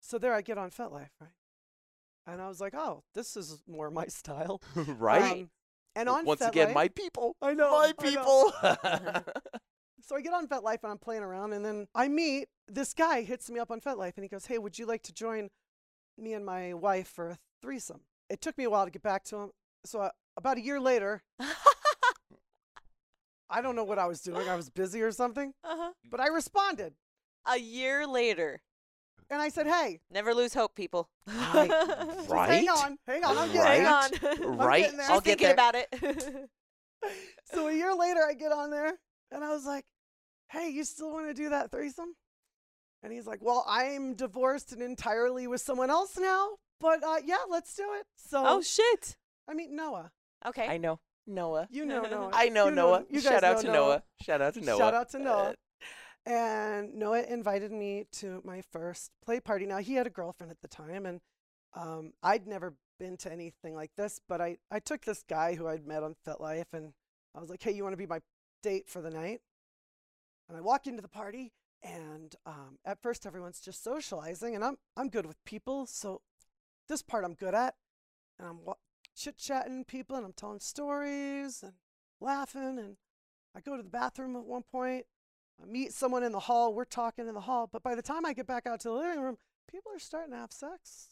[SPEAKER 4] So there, I get on FetLife, right? And I was like, "Oh, this is more my style."
[SPEAKER 3] right.
[SPEAKER 4] Um, and on
[SPEAKER 3] once again,
[SPEAKER 4] FetLife-
[SPEAKER 3] my people.
[SPEAKER 4] I know,
[SPEAKER 3] my
[SPEAKER 4] I know.
[SPEAKER 3] people.
[SPEAKER 4] So I get on FetLife and I'm playing around, and then I meet this guy hits me up on FetLife, and he goes, "Hey, would you like to join me and my wife for a threesome?" It took me a while to get back to him, so uh, about a year later, I don't know what I was doing. I was busy or something,
[SPEAKER 2] uh-huh.
[SPEAKER 4] but I responded.
[SPEAKER 2] A year later.
[SPEAKER 4] And I said, hey,
[SPEAKER 2] Never lose hope, people.
[SPEAKER 3] I-
[SPEAKER 4] just
[SPEAKER 3] Right?
[SPEAKER 4] hang on, hang on, I'm getting
[SPEAKER 3] Right?
[SPEAKER 2] Hang
[SPEAKER 4] there.
[SPEAKER 2] on.
[SPEAKER 3] right?
[SPEAKER 4] getting there.
[SPEAKER 3] I'll
[SPEAKER 2] Just
[SPEAKER 3] get
[SPEAKER 2] thinking
[SPEAKER 3] there.
[SPEAKER 2] about it.
[SPEAKER 4] So a year later, I get on there and I was like, hey, you still want to do that threesome? And he's like, well, I'm divorced and entirely with someone else now, but uh, yeah, let's do it. So
[SPEAKER 2] oh shit.
[SPEAKER 4] I meet Noah.
[SPEAKER 2] Okay.
[SPEAKER 3] I know Noah.
[SPEAKER 4] You know Noah.
[SPEAKER 3] I know
[SPEAKER 4] You
[SPEAKER 3] Noah.
[SPEAKER 4] you guys
[SPEAKER 3] Shout out to
[SPEAKER 4] know
[SPEAKER 3] Noah. Shout out to Noah.
[SPEAKER 4] Shout out to
[SPEAKER 3] Uh,
[SPEAKER 4] Noah. And Noah invited me to my first play party. Now, he had a girlfriend at the time, and um, I'd never been to anything like this, but I, I took this guy who I'd met on FitLife, and I was like, hey, you want to be my date for the night? And I walk into the party, and um, at first, everyone's just socializing, and I'm, I'm good with people, so this part I'm good at. And I'm wa- chit chatting people, and I'm telling stories and laughing, and I go to the bathroom at one point. I meet someone in the hall. We're talking in the hall. But by the time I get back out to the living room, people are starting to have sex.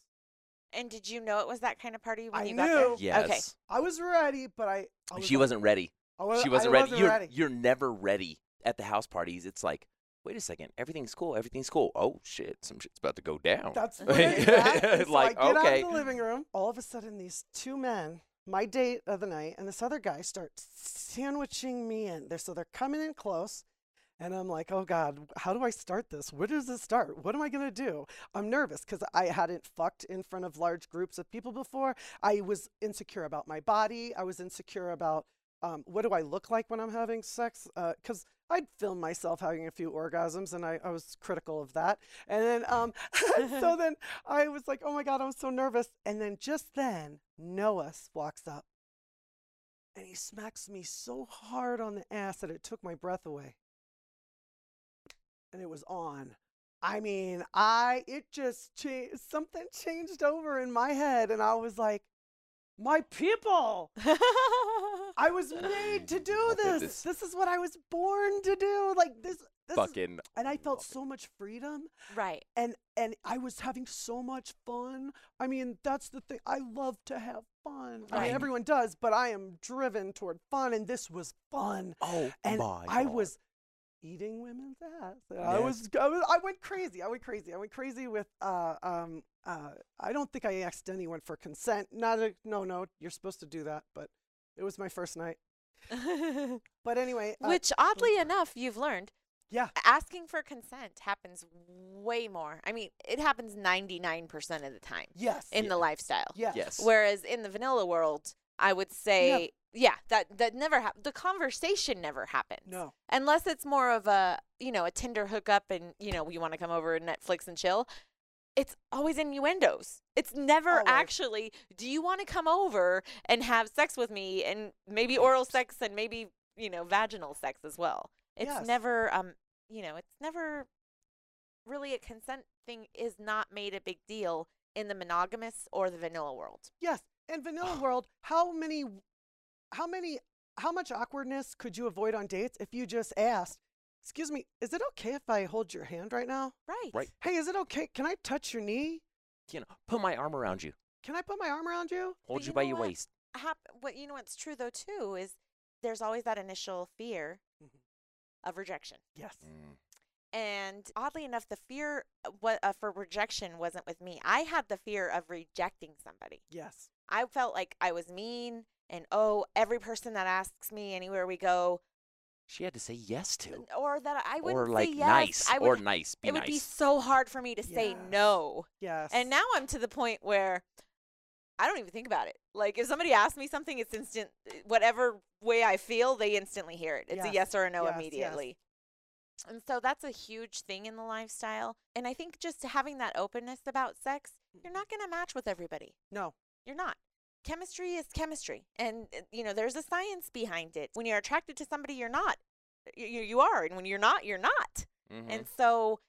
[SPEAKER 2] And did you know it was that kind of party when
[SPEAKER 4] I
[SPEAKER 2] you got there?
[SPEAKER 4] knew.
[SPEAKER 3] Yes.
[SPEAKER 4] I was ready, but I. I was
[SPEAKER 3] she
[SPEAKER 4] like-
[SPEAKER 3] wasn't ready.
[SPEAKER 4] I was,
[SPEAKER 3] she wasn't
[SPEAKER 4] I
[SPEAKER 3] ready.
[SPEAKER 4] Wasn't
[SPEAKER 3] you're,
[SPEAKER 4] ready.
[SPEAKER 3] you're never ready at the house parties. It's like, wait a second, everything's cool, everything's cool. Oh shit, some shit's about to go down.
[SPEAKER 4] That's what I got. And so
[SPEAKER 3] Like,
[SPEAKER 4] I get
[SPEAKER 3] okay.
[SPEAKER 4] out of the living room. All of a sudden, these two men, my date of the night, and this other guy start sandwiching me in. They're, so they're coming in close. And I'm like, oh God, how do I start this? Where does it start? What am I going to do? I'm nervous because I hadn't fucked in front of large groups of people before. I was insecure about my body. I was insecure about um, what do I look like when I'm having sex? Because I'd filmed myself having a few orgasms and I, I was critical of that. And then, um, so then I was like, oh my God, I'm so nervous. And then just then, Noah walks up and he smacks me so hard on the ass that it took my breath away. And it was on. I mean, I, it just changed, something changed over in my head. And I was like, my people, I was made to do
[SPEAKER 3] Look at
[SPEAKER 4] this.
[SPEAKER 3] this.
[SPEAKER 4] this. is what I was born to do. Like this, this is,
[SPEAKER 3] Fucking.
[SPEAKER 4] and I felt
[SPEAKER 3] love it.
[SPEAKER 4] so much freedom
[SPEAKER 2] right.
[SPEAKER 4] and and I was having so much fun. I mean, that's the thing. I love to have fun. I
[SPEAKER 2] Right.
[SPEAKER 4] mean, everyone does, but I am driven toward fun, and this was fun.
[SPEAKER 3] Oh
[SPEAKER 4] And
[SPEAKER 3] my.
[SPEAKER 4] I
[SPEAKER 3] God.
[SPEAKER 4] was eating women's ass. and I was, I was, I went crazy. I went crazy. I went crazy with, uh, um, uh, I don't think I asked anyone for consent. Not a, no, no, you're supposed to do that, but it was my first night. But anyway, uh,
[SPEAKER 2] Which oddly enough, you've learned
[SPEAKER 4] yeah,
[SPEAKER 2] asking for consent happens way more. I mean, it happens 99% of the time
[SPEAKER 4] yes,
[SPEAKER 2] in
[SPEAKER 3] Yeah.
[SPEAKER 2] the lifestyle.
[SPEAKER 4] yes,
[SPEAKER 3] Yes.
[SPEAKER 2] Whereas in the vanilla world, I would say, yeah, that that never hap The conversation never happens.
[SPEAKER 4] no,
[SPEAKER 2] Unless it's more of a, you know, a Tinder hookup and, you know, you want to come over and Netflix and chill. It's always innuendos. It's never
[SPEAKER 4] Always.
[SPEAKER 2] actually, do you want to come over and have sex with me and maybe oral sex and maybe, you know, vaginal sex as well. It's
[SPEAKER 4] Yes.
[SPEAKER 2] never um, you know, it's never really a consent thing is not made a big deal in the monogamous or the vanilla world.
[SPEAKER 4] Yes. In vanilla world, how many, how many, how much awkwardness could you avoid on dates if you just asked, excuse me, is it okay if I hold your hand right now?
[SPEAKER 2] Right.
[SPEAKER 3] Right.
[SPEAKER 4] Hey, is it okay? Can I touch your knee?
[SPEAKER 3] You know, put my arm around you.
[SPEAKER 4] Can I put my arm around you?
[SPEAKER 3] Hold you,
[SPEAKER 2] you
[SPEAKER 3] by
[SPEAKER 2] know
[SPEAKER 3] your
[SPEAKER 2] what?
[SPEAKER 3] waist.
[SPEAKER 2] hap- what you know what's true though too is there's always that initial fear
[SPEAKER 4] Mhm.
[SPEAKER 3] Mm-hmm.
[SPEAKER 2] of rejection
[SPEAKER 4] Yes.
[SPEAKER 3] Mm.
[SPEAKER 2] and oddly enough the fear uh, what uh, for rejection wasn't with me i had the fear of rejecting somebody
[SPEAKER 4] Yes.
[SPEAKER 2] i felt like i was mean and oh every person that asks me anywhere we go
[SPEAKER 3] She had to say yes to.
[SPEAKER 2] or that i wouldn't
[SPEAKER 3] or like
[SPEAKER 2] say yes
[SPEAKER 3] nice.
[SPEAKER 2] I would,
[SPEAKER 3] or nice. Be
[SPEAKER 2] it would
[SPEAKER 3] nice.
[SPEAKER 2] be so hard for me to say
[SPEAKER 4] Yes.
[SPEAKER 2] no
[SPEAKER 4] Yes.
[SPEAKER 2] and now I'm to the point where I don't even think about it. Like if somebody asks me something, it's instant. eh, Whatever way I feel, they instantly hear it. It's a
[SPEAKER 4] Yes,
[SPEAKER 2] yes or a no
[SPEAKER 4] yes, yes.
[SPEAKER 2] immediately. And so that's a huge thing in the lifestyle. And I think just having that openness about sex,
[SPEAKER 4] Mm-hmm.
[SPEAKER 2] you're not going to match with everybody.
[SPEAKER 4] No.
[SPEAKER 2] You're not. Chemistry is chemistry. And, uh, you know, there's a science behind it. When you're attracted to somebody, you're not. You, you- you are. And when you're not, you're not.
[SPEAKER 3] Mhm.
[SPEAKER 2] And so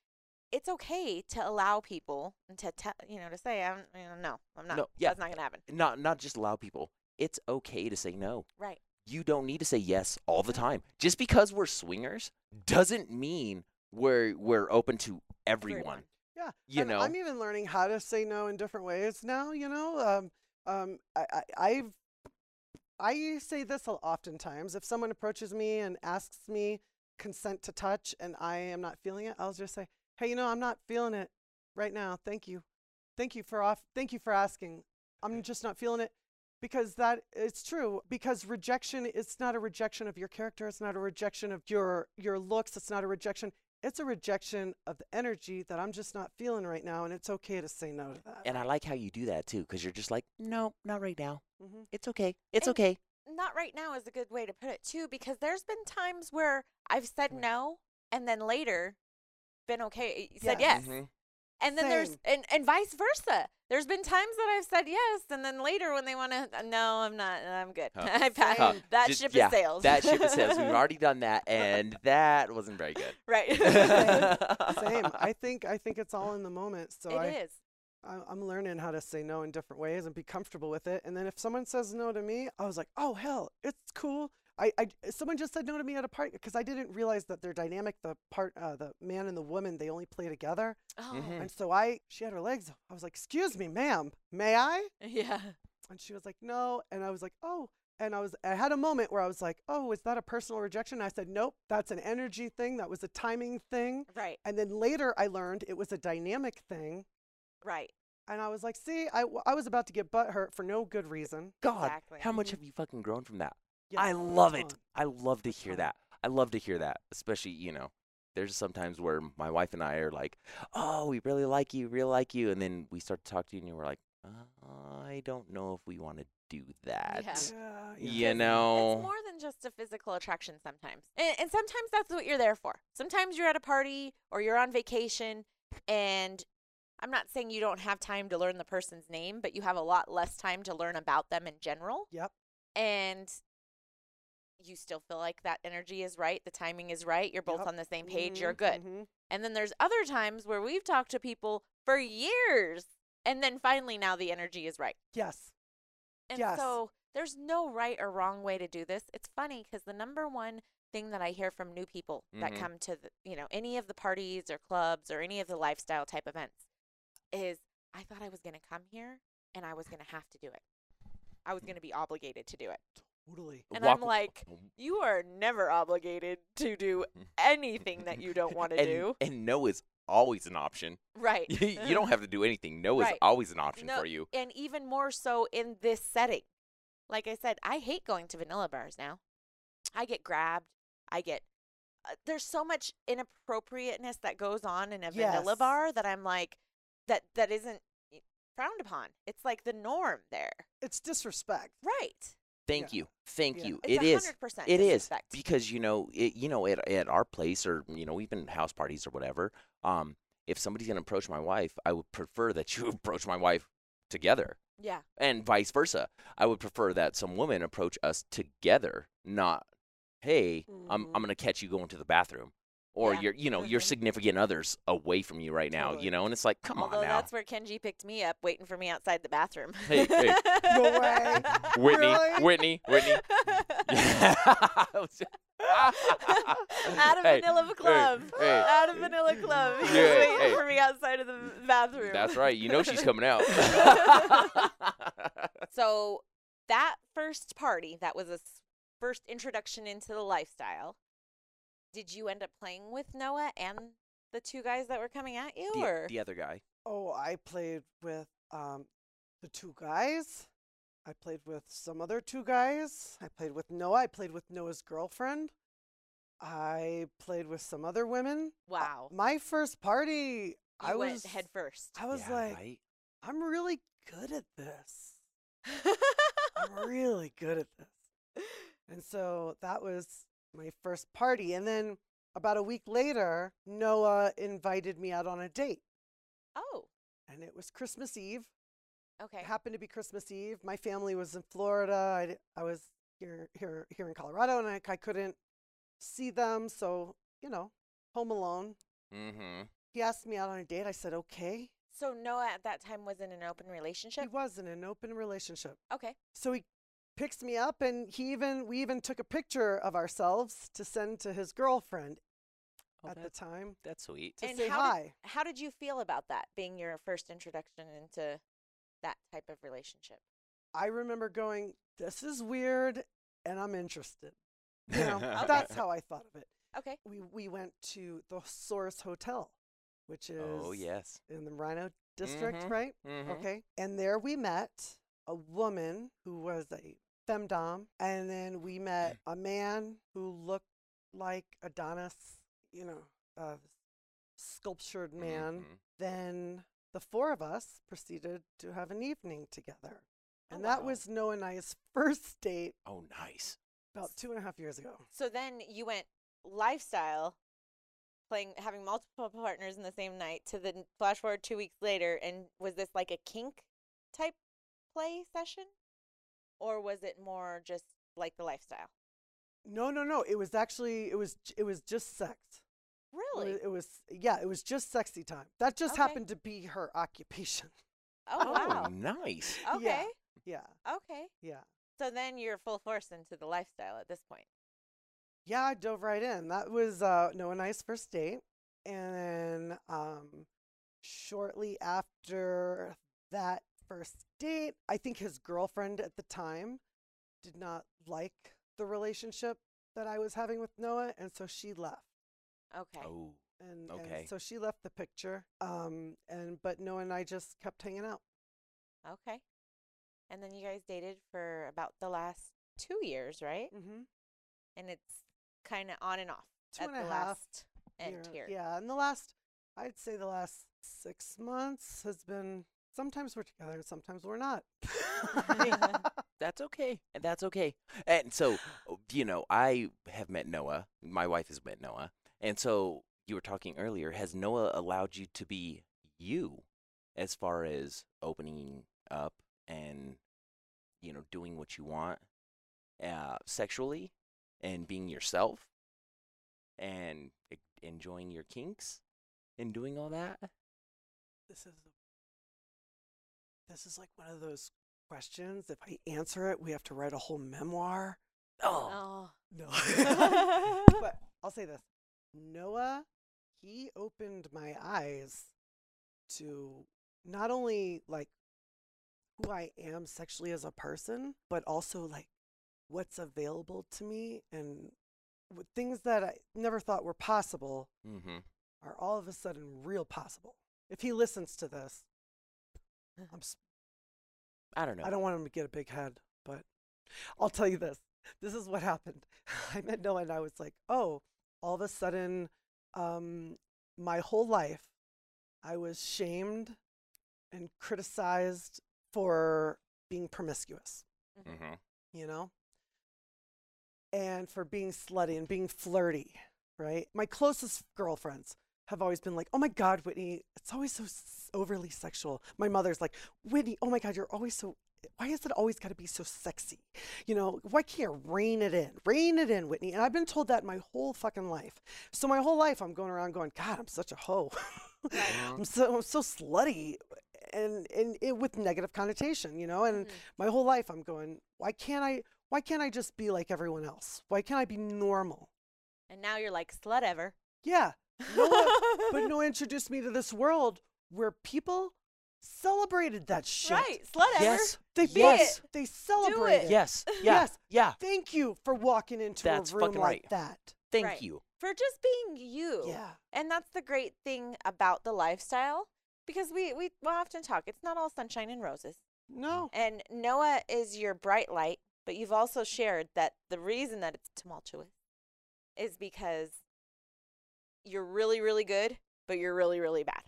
[SPEAKER 2] it's okay to allow people and to tell, you know, to say, I'm, you know, no, I'm not.
[SPEAKER 3] No, yeah.
[SPEAKER 2] That's not going to happen.
[SPEAKER 3] not not just allow people. It's okay to say no.
[SPEAKER 2] Right.
[SPEAKER 3] You don't need to say yes all the time. Just because we're swingers doesn't mean we're we're open to everyone.
[SPEAKER 2] Everyone.
[SPEAKER 4] Yeah.
[SPEAKER 3] You
[SPEAKER 4] and
[SPEAKER 3] know.
[SPEAKER 4] I'm even learning how to say no in different ways now, you know? Um, um, I, I, I've, I say this al- oftentimes. If someone approaches me and asks me consent to touch and I am not feeling it, I'll just say, hey, you know, I'm not feeling it. right now. Thank you. Thank you for off thank you for asking. I'm just not feeling it because that it's true because rejection it's not a rejection of your character, it's not a rejection of your your looks, it's not a rejection. It's a rejection of the energy that I'm just not feeling right now and it's okay to say no to
[SPEAKER 2] uh,
[SPEAKER 4] that.
[SPEAKER 3] And I like how you do that too, because you're just like, no, not right now.
[SPEAKER 4] Mhm.
[SPEAKER 3] It's okay. It's
[SPEAKER 2] And-
[SPEAKER 3] okay.
[SPEAKER 2] not right now is a good way to put it too because there's been times where I've said no and then later been okay said yes,
[SPEAKER 4] Yes.
[SPEAKER 3] Mm-hmm.
[SPEAKER 2] and then there's
[SPEAKER 4] Same.
[SPEAKER 2] and, and vice versa there's been times that I've said yes and then later when they want to no I'm not uh, I'm good
[SPEAKER 3] Huh.
[SPEAKER 2] I pass
[SPEAKER 3] Huh.
[SPEAKER 2] that
[SPEAKER 3] Ju-
[SPEAKER 2] ship
[SPEAKER 3] yeah,
[SPEAKER 2] has sailed
[SPEAKER 3] That ship has sailed. We've already done that, and that wasn't very good.
[SPEAKER 2] right
[SPEAKER 4] Same. I think I think it's all in the moment. So
[SPEAKER 2] It
[SPEAKER 4] I,
[SPEAKER 2] is.
[SPEAKER 4] I- I'm learning how to say no in different ways and be comfortable with it. And then if someone says no to me, I was like, oh hell, it's cool. I, I someone just said no to me at a party because I didn't realize that their dynamic, the part, uh, the man and the woman, they only play together.
[SPEAKER 2] Oh.
[SPEAKER 3] Mhm.
[SPEAKER 4] And so I, she had her legs. up. I was like, excuse me, ma'am, may I?
[SPEAKER 2] yeah
[SPEAKER 4] And she was like, no. And I was like, oh. And I was, I had a moment where I was like, oh, is that a personal rejection? And I said, nope, that's an energy thing. That was a timing thing.
[SPEAKER 2] right
[SPEAKER 4] And then later I learned it was a dynamic thing.
[SPEAKER 2] right
[SPEAKER 4] And I was like, see, I, w- I was about to get butt hurt for no good reason.
[SPEAKER 3] God,
[SPEAKER 2] Exactly. Mm-hmm.
[SPEAKER 3] how much have you fucking grown from that?
[SPEAKER 4] Yeah,
[SPEAKER 3] I love
[SPEAKER 4] a
[SPEAKER 3] it.
[SPEAKER 4] ton.
[SPEAKER 3] I love to hear
[SPEAKER 4] ton.
[SPEAKER 3] that. I love to hear that, especially you know. There's sometimes where my wife and I are like, "Oh, we really like you, really like you," and then we start to talk to you, and we're like, "I don't know if we want to do that."
[SPEAKER 4] Yeah,
[SPEAKER 3] You
[SPEAKER 2] It's
[SPEAKER 3] know,
[SPEAKER 2] more than just a physical attraction sometimes. And, and sometimes that's what you're there for. Sometimes you're at a party or you're on vacation, and I'm not saying you don't have time to learn the person's name, but you have a lot less time to learn about them in general.
[SPEAKER 4] Yep.
[SPEAKER 2] And you still feel like that energy is right, the timing is right, you're both
[SPEAKER 4] Yep.
[SPEAKER 2] on the same page,
[SPEAKER 4] Mhm,
[SPEAKER 2] you're good.
[SPEAKER 3] Mm-hmm.
[SPEAKER 4] mhm.
[SPEAKER 2] And then there's other times where we've talked to people for years, and then finally now the energy is right.
[SPEAKER 4] Yes.
[SPEAKER 2] And
[SPEAKER 4] Yes.
[SPEAKER 2] so there's no right or wrong way to do this. It's funny because the number one thing that I hear from new people that
[SPEAKER 3] Mhm.
[SPEAKER 2] come to the, you know any of the parties or clubs or any of the lifestyle type events is I thought I was going to come here and I was going to have to do it. I was going to be obligated to do it.
[SPEAKER 4] Totally.
[SPEAKER 2] and I'm like, You are never obligated to do anything that you don't want to
[SPEAKER 3] and,
[SPEAKER 2] do.
[SPEAKER 3] and no is always an option.
[SPEAKER 2] Right.
[SPEAKER 3] you don't have to do anything. No is
[SPEAKER 2] Right.
[SPEAKER 3] always an option
[SPEAKER 2] No,
[SPEAKER 3] for you.
[SPEAKER 2] and even more so in this setting. Like I said, I hate going to vanilla bars now. I get grabbed. I get. Uh, there's so much inappropriateness that goes on in a vanilla
[SPEAKER 4] Yes.
[SPEAKER 2] bar that I'm like, that that isn't y- frowned upon. It's like the norm there,
[SPEAKER 4] It's disrespect.
[SPEAKER 2] right?
[SPEAKER 3] Thank
[SPEAKER 4] Yeah.
[SPEAKER 3] you, thank
[SPEAKER 4] Yeah.
[SPEAKER 3] you.
[SPEAKER 2] It's
[SPEAKER 3] It is.
[SPEAKER 2] 100%
[SPEAKER 3] It is
[SPEAKER 2] disrespect.
[SPEAKER 3] because you know, it, you know, at at our place or you know, even house parties or whatever. Um, if somebody's gonna approach my wife, I would prefer that you approach my wife together,
[SPEAKER 2] yeah,
[SPEAKER 3] and vice versa. I would prefer that some women approach us together, not, hey, I'm I'm
[SPEAKER 4] Mhm.
[SPEAKER 3] gonna catch you going to the bathroom, or
[SPEAKER 2] Mm-hmm. Yeah.
[SPEAKER 3] your you know your
[SPEAKER 2] Mhm.
[SPEAKER 3] significant others away from you right now,
[SPEAKER 4] Totally.
[SPEAKER 3] you know, and it's like, come
[SPEAKER 2] Although
[SPEAKER 3] on now,
[SPEAKER 2] that's where Kenji picked me up, waiting for me outside the bathroom.
[SPEAKER 3] Hey, hey.
[SPEAKER 4] No way.
[SPEAKER 3] Whitney,
[SPEAKER 4] Really?
[SPEAKER 3] Whitney, Whitney.
[SPEAKER 2] out of
[SPEAKER 3] Hey,
[SPEAKER 2] vanilla club.
[SPEAKER 3] hey.
[SPEAKER 2] Out of vanilla club. He was
[SPEAKER 3] Yeah, hey,
[SPEAKER 2] waiting
[SPEAKER 3] hey.
[SPEAKER 2] for me outside of the bathroom.
[SPEAKER 3] That's right. You know she's coming out.
[SPEAKER 2] So that first party, that was a s- first introduction into the lifestyle. Did you end up playing with Noah and the two guys that were coming at you,
[SPEAKER 3] the,
[SPEAKER 2] or
[SPEAKER 3] the other guy.
[SPEAKER 4] Oh, I played with um, the two guys. I played with some other two guys. I played with Noah. I played with Noah's girlfriend. I played with some other women. Uh,
[SPEAKER 2] wow,
[SPEAKER 4] My first
[SPEAKER 2] you
[SPEAKER 4] party, I
[SPEAKER 2] went
[SPEAKER 4] was
[SPEAKER 2] head first.
[SPEAKER 4] I was
[SPEAKER 3] Yeah,
[SPEAKER 4] like,
[SPEAKER 3] right?
[SPEAKER 4] I'm really good at this. I'm really good at this. And so that was my first party. And then about a week later, Noah invited me out on a date.
[SPEAKER 2] oh,
[SPEAKER 4] And it was Christmas Eve.
[SPEAKER 2] okay,
[SPEAKER 4] It happened to be Christmas Eve. My family was in Florida. I, d- I was here, here, here in Colorado, and I, I couldn't see them. So, you know, home alone.
[SPEAKER 3] Mm-hmm.
[SPEAKER 4] He asked me out on a date. I said, okay.
[SPEAKER 2] So Noah at that time was in an open relationship.
[SPEAKER 4] He was in an open relationship.
[SPEAKER 2] Okay.
[SPEAKER 4] so he picks me up and he even we even took a picture of ourselves to send to his girlfriend
[SPEAKER 3] Oh,
[SPEAKER 4] at the
[SPEAKER 3] that's,
[SPEAKER 4] time
[SPEAKER 3] that's sweet.
[SPEAKER 4] to
[SPEAKER 2] And
[SPEAKER 4] say
[SPEAKER 2] how did-
[SPEAKER 4] hi
[SPEAKER 2] How did you feel about that being your first introduction into that type of relationship?
[SPEAKER 4] i remember going this is weird and i'm interested you know that's how i thought of it
[SPEAKER 2] Okay.
[SPEAKER 4] we we went to the source hotel which is
[SPEAKER 3] Oh yes.
[SPEAKER 4] in the Rhino District,
[SPEAKER 2] Mm-hmm.
[SPEAKER 3] Mhm.
[SPEAKER 4] right?
[SPEAKER 3] Mhm.
[SPEAKER 4] Okay. And there we met a woman who was a femdom. And then we met
[SPEAKER 2] Mm.
[SPEAKER 4] a man who looked like Adonis, you know, a sculptured man.
[SPEAKER 2] Mm-hmm.
[SPEAKER 3] Mhm.
[SPEAKER 4] Then the four of us proceeded to have an evening together.
[SPEAKER 2] Oh,
[SPEAKER 4] And that
[SPEAKER 3] wow.
[SPEAKER 4] was Noah and I's first date
[SPEAKER 3] Oh nice.
[SPEAKER 4] about two and a half years ago.
[SPEAKER 2] So then you went lifestyle, playing having multiple partners in the same night to the n- flash forward two weeks later, and was this like a kink type play session, or was it more just like the lifestyle?
[SPEAKER 4] No, no, no. It was actually it was j- it was just sex. It wa-
[SPEAKER 2] Really?
[SPEAKER 4] It was yeah, it was just sexy time. That just
[SPEAKER 2] Okay.
[SPEAKER 4] happened to be her occupation.
[SPEAKER 2] Oh
[SPEAKER 3] Oh
[SPEAKER 2] wow.
[SPEAKER 3] nice.
[SPEAKER 4] yeah.
[SPEAKER 2] Okay.
[SPEAKER 4] Yeah.
[SPEAKER 2] Okay.
[SPEAKER 4] Yeah.
[SPEAKER 2] So then you're full force into the lifestyle at this point.
[SPEAKER 4] Yeah, I dove right in. That was uh, Noah and I's first date. And then um, shortly after that first date, I think his girlfriend at the time did not like the relationship that I was having with Noah. And so she left.
[SPEAKER 2] Okay.
[SPEAKER 3] Oh.
[SPEAKER 4] And,
[SPEAKER 3] Okay.
[SPEAKER 4] and so she left the picture. Um, and but Noah and I just kept hanging out.
[SPEAKER 2] Okay. And then you guys dated for about the last two years, right?
[SPEAKER 4] Mm-hmm.
[SPEAKER 2] And it's kind of on and off
[SPEAKER 4] Two
[SPEAKER 2] at
[SPEAKER 4] and
[SPEAKER 2] the
[SPEAKER 4] a half
[SPEAKER 2] last end
[SPEAKER 4] year-
[SPEAKER 2] here.
[SPEAKER 4] Yeah, and the last, I'd say the last six months has been. Sometimes we're together, and sometimes we're not.
[SPEAKER 3] That's okay. And that's okay. And so, oh, you know, I have met Noah. My wife has met Noah. And so you were talking earlier. Has Noah allowed you to be you as far as opening up and, you know, doing what you want uh, sexually and being yourself and e- enjoying your kinks and doing all that?
[SPEAKER 4] this is this is like one of those questions. If I answer it, we have to write a whole memoir.
[SPEAKER 3] Oh,
[SPEAKER 2] Oh.
[SPEAKER 4] No,
[SPEAKER 2] oh.
[SPEAKER 4] but I'll say this: Noah, he opened my eyes to not only like who I am sexually as a person, but also like what's available to me and w- things that I never thought were possible
[SPEAKER 3] mm-hmm.
[SPEAKER 4] are all of a sudden real possible. If he listens to this, I'm s
[SPEAKER 3] I don't know.
[SPEAKER 4] I don't want him to get a big head, but I'll tell you this. This is what happened. I met Noah and I was like, oh, all of a sudden, um, my whole life, I was shamed and criticized for being promiscuous,
[SPEAKER 3] mm-hmm.
[SPEAKER 4] you know? And for being slutty and being flirty, right? My closest girlfriends have always been like, oh my God, Whitney, it's always so s- overly sexual. My mother's like, Whitney, oh my God, you're always so, why is it always got to be so sexy? You know, why can't you rein it in? Rein it in, Whitney. And I've been told that my whole fucking life. So my whole life, I'm going around going, God, I'm such a hoe. I'm so I'm so slutty, and and it with negative connotation, you know. And my whole life, I'm going, why can't I? Why can't I just be like everyone else? Why can't I be normal?
[SPEAKER 2] And now you're like slut ever.
[SPEAKER 4] Yeah, Noah, but Noah introduced me to this world where people celebrated that shit.
[SPEAKER 2] Right, slut ever.
[SPEAKER 3] Yes.
[SPEAKER 4] They
[SPEAKER 3] Be
[SPEAKER 4] yes.
[SPEAKER 3] it.
[SPEAKER 4] They celebrated.
[SPEAKER 2] it.
[SPEAKER 3] Yes. Yeah.
[SPEAKER 4] Yes.
[SPEAKER 3] Yeah.
[SPEAKER 4] Thank you for walking into
[SPEAKER 3] That's
[SPEAKER 4] a room
[SPEAKER 3] fucking
[SPEAKER 4] like
[SPEAKER 3] right.
[SPEAKER 4] that.
[SPEAKER 3] Thank
[SPEAKER 2] Right.
[SPEAKER 3] you.
[SPEAKER 2] For just being you.
[SPEAKER 4] Yeah.
[SPEAKER 2] And that's the great thing about the lifestyle because we, we we often talk, it's not all sunshine and roses.
[SPEAKER 4] No.
[SPEAKER 2] And Noah is your bright light, but you've also
[SPEAKER 4] Mm-hmm.
[SPEAKER 2] shared that the reason that it's tumultuous is because you're really, really good, but you're really, really bad.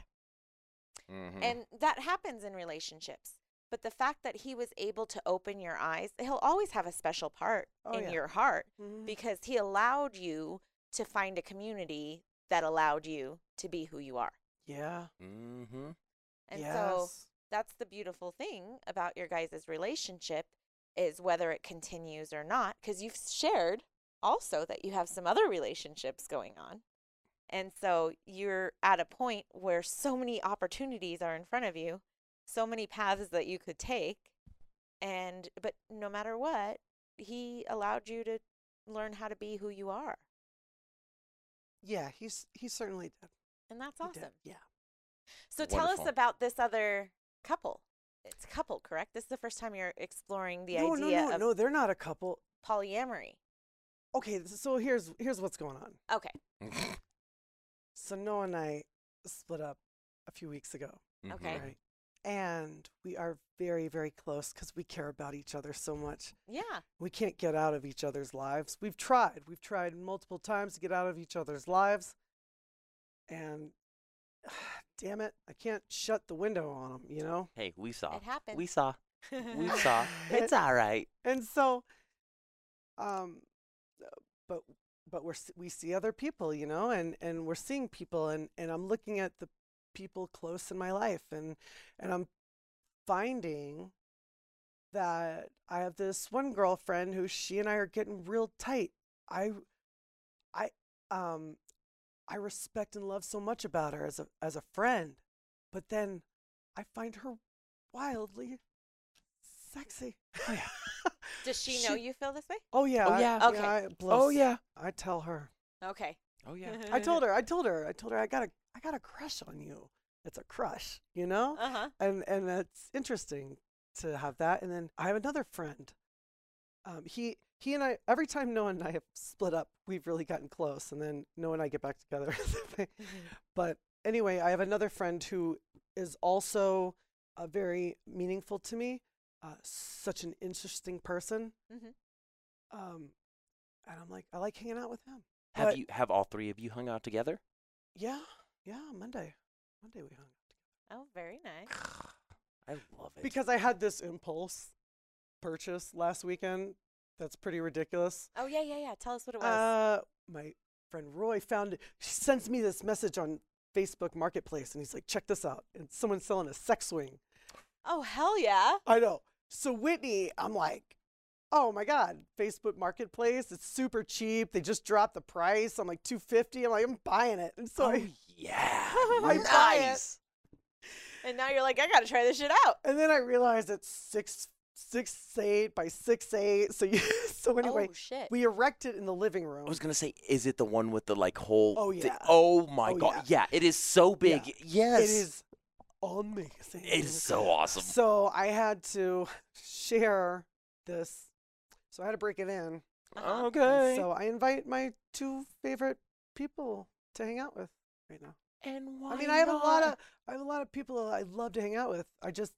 [SPEAKER 4] Mm.
[SPEAKER 3] Mm-hmm.
[SPEAKER 2] And that happens in relationships. But the fact that he was able to open your eyes, he'll always have a special part
[SPEAKER 4] Oh,
[SPEAKER 2] in
[SPEAKER 4] yeah.
[SPEAKER 2] your heart
[SPEAKER 4] Mhm.
[SPEAKER 2] because he allowed you to find a community that allowed you to be who you are.
[SPEAKER 4] Yeah.
[SPEAKER 3] mm-hmm.
[SPEAKER 2] And
[SPEAKER 4] yes.
[SPEAKER 2] so that's the beautiful thing about your guys' relationship is whether it continues or not because you've shared also that you have some other relationships going on and so you're at a point where so many opportunities are in front of you so many paths that you could take and but no matter what he allowed you to learn how to be who you are
[SPEAKER 4] yeah, he's he certainly did.
[SPEAKER 2] and that's
[SPEAKER 4] He
[SPEAKER 2] awesome
[SPEAKER 4] did, Yeah.
[SPEAKER 2] So tell us
[SPEAKER 3] Wonderful.
[SPEAKER 2] about this other couple. It's a couple, correct? This is the first time you're exploring the
[SPEAKER 4] no,
[SPEAKER 2] idea
[SPEAKER 4] no, no,
[SPEAKER 2] of
[SPEAKER 4] no. They're not a couple.
[SPEAKER 2] polyamory.
[SPEAKER 4] Okay, so here's here's what's going on.
[SPEAKER 2] Okay.
[SPEAKER 4] So Noah and I split up a few weeks ago.
[SPEAKER 6] Okay.
[SPEAKER 4] Right. And we are very, very close because we care about each other so much.
[SPEAKER 2] Yeah.
[SPEAKER 4] We can't get out of each other's lives. We've tried. We've tried multiple times to get out of each other's lives. And damn it, I can't shut the window on them, you know?
[SPEAKER 3] Hey, we
[SPEAKER 4] Uh,
[SPEAKER 3] saw.
[SPEAKER 2] It happened.
[SPEAKER 3] We saw. We saw. it's all right.
[SPEAKER 4] and so um uh, but but we're s- we see other people you know and and we're seeing people and and i'm looking at the people close in my life and and i'm finding that i have this one girlfriend who she and i are getting real tight i i um i respect and love so much about her as a as a friend but then i find her wildly sexy oh yeah
[SPEAKER 2] Does she know
[SPEAKER 4] She-
[SPEAKER 2] you feel this way?
[SPEAKER 4] Oh yeah.
[SPEAKER 3] Oh,
[SPEAKER 4] I-
[SPEAKER 3] yeah.
[SPEAKER 2] Okay.
[SPEAKER 4] I,
[SPEAKER 3] Oh
[SPEAKER 4] bless-
[SPEAKER 3] yeah.
[SPEAKER 4] I tell her.
[SPEAKER 2] Okay.
[SPEAKER 3] Oh yeah.
[SPEAKER 2] Mm-hmm.
[SPEAKER 4] I told her. I told her. I told her I got a I got a crush on you. It's a crush, you know?
[SPEAKER 2] Uh huh.
[SPEAKER 4] and and that's interesting to have that. And then I have another friend. Um, he he and I every time Noah and I have split up, we've really gotten close, and then Noah and I get back together. but anyway, I have another friend who is also uh, very meaningful to me. Uh, such an interesting person.
[SPEAKER 2] Mhm.
[SPEAKER 4] Um, and I'm like, I like hanging out with him.
[SPEAKER 3] Have
[SPEAKER 4] But-
[SPEAKER 3] you have all three of you hung out together?
[SPEAKER 4] Yeah, yeah. Monday, Monday we hung.
[SPEAKER 2] Oh, very nice.
[SPEAKER 3] I love it.
[SPEAKER 4] because I had this impulse purchase last weekend. That's pretty ridiculous.
[SPEAKER 2] Oh yeah, yeah, yeah. Tell us what it was.
[SPEAKER 4] Uh, my friend Roy found it. She sends me this message on Facebook Marketplace, and he's like, "Check this out!" And someone's selling a sex swing.
[SPEAKER 2] oh hell yeah.
[SPEAKER 4] I know. So Whitney, I'm like, "Oh my god, Facebook Marketplace! It's super cheap. They just dropped the price. I'm like 250. I'm like, I'm buying it." And so
[SPEAKER 3] oh
[SPEAKER 4] I,
[SPEAKER 3] yeah.
[SPEAKER 4] I buy it.
[SPEAKER 3] nice.
[SPEAKER 2] And now you're like, I gotta try this shit out.
[SPEAKER 4] and then I realized it's six six eight by six eight. So you, so anyway.
[SPEAKER 2] oh shit.
[SPEAKER 4] We erect it in the living room.
[SPEAKER 3] I was gonna say, is it the one with the like whole?
[SPEAKER 4] Oh,
[SPEAKER 3] thi-
[SPEAKER 4] yeah.
[SPEAKER 3] oh my
[SPEAKER 4] Oh,
[SPEAKER 3] god! Yeah. it is so big. Yes,
[SPEAKER 4] It is amazing.
[SPEAKER 3] It is so awesome.
[SPEAKER 4] So I had to share this. So I had to break it in.
[SPEAKER 2] Uh-huh.
[SPEAKER 4] And
[SPEAKER 3] Okay.
[SPEAKER 4] So I invite my two favorite people to hang out with right now.
[SPEAKER 3] and why?
[SPEAKER 4] I mean, I have a lot
[SPEAKER 3] not?
[SPEAKER 4] of I have a lot of people I love to hang out with. I just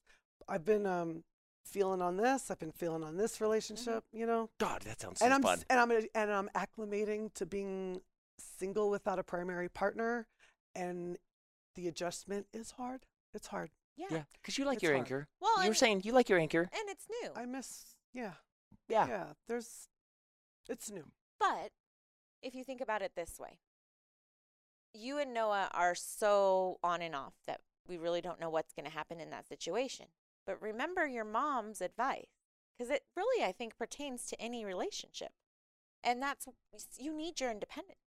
[SPEAKER 4] I've been um feeling on this. I've been feeling on
[SPEAKER 3] Mm-hmm.
[SPEAKER 4] this relationship. You know.
[SPEAKER 3] God, that sounds so
[SPEAKER 4] and I'm
[SPEAKER 3] fun.
[SPEAKER 4] s- and I'm gonna- and I'm acclimating to being single without a primary partner, and the adjustment is hard. It's hard.
[SPEAKER 2] yeah.
[SPEAKER 3] yeah, because you like
[SPEAKER 4] It's
[SPEAKER 3] your
[SPEAKER 4] hard.
[SPEAKER 3] anchor.
[SPEAKER 2] Well,
[SPEAKER 3] you were
[SPEAKER 2] and-
[SPEAKER 3] saying you like your anchor.
[SPEAKER 2] And it's new.
[SPEAKER 4] I miss. Yeah,
[SPEAKER 3] Yeah.
[SPEAKER 4] yeah. There's, it's new.
[SPEAKER 2] But if you think about it this way, you and Noah are so on and off that we really don't know what's going to happen in that situation. But remember your mom's advice because it really, I think, pertains to any relationship. And that's you need your independence.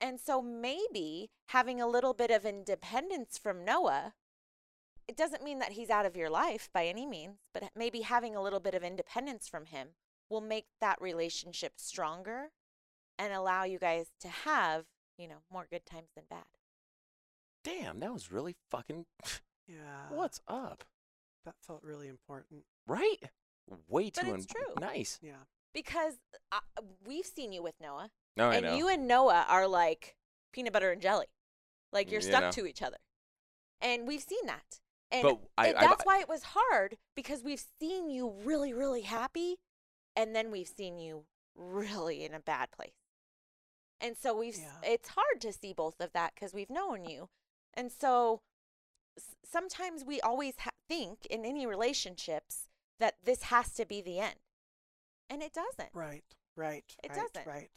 [SPEAKER 2] And so maybe having a little bit of independence from Noah, it doesn't mean that he's out of your life by any means, but maybe having a little bit of independence from him will make that relationship stronger and allow you guys to have, you know, more good times than bad.
[SPEAKER 3] Damn, that was really fucking.
[SPEAKER 4] Yeah.
[SPEAKER 3] What's up?
[SPEAKER 4] that felt really important.
[SPEAKER 3] Right? Way
[SPEAKER 2] But
[SPEAKER 3] too
[SPEAKER 2] it's
[SPEAKER 3] im-
[SPEAKER 2] true.
[SPEAKER 3] nice.
[SPEAKER 4] Yeah.
[SPEAKER 2] Because uh, we've seen you with Noah,
[SPEAKER 3] No, I
[SPEAKER 2] and
[SPEAKER 3] know.
[SPEAKER 2] you and Noah are like peanut butter and jelly. Like you're
[SPEAKER 3] You
[SPEAKER 2] stuck
[SPEAKER 3] know.
[SPEAKER 2] to each other. And we've seen that. And,
[SPEAKER 3] But I-
[SPEAKER 2] and
[SPEAKER 3] I-
[SPEAKER 2] that's
[SPEAKER 3] I-
[SPEAKER 2] why it was hard because we've seen you really, really happy, and then we've seen you really in a bad place. And so we've, s
[SPEAKER 4] Yeah.
[SPEAKER 2] it's hard to see both of that because we've known you. And so s- sometimes we always ha- think in any relationships that this has to be the end. And it doesn't.
[SPEAKER 4] Right. Right.
[SPEAKER 2] It
[SPEAKER 4] right,
[SPEAKER 2] doesn't.
[SPEAKER 4] Right.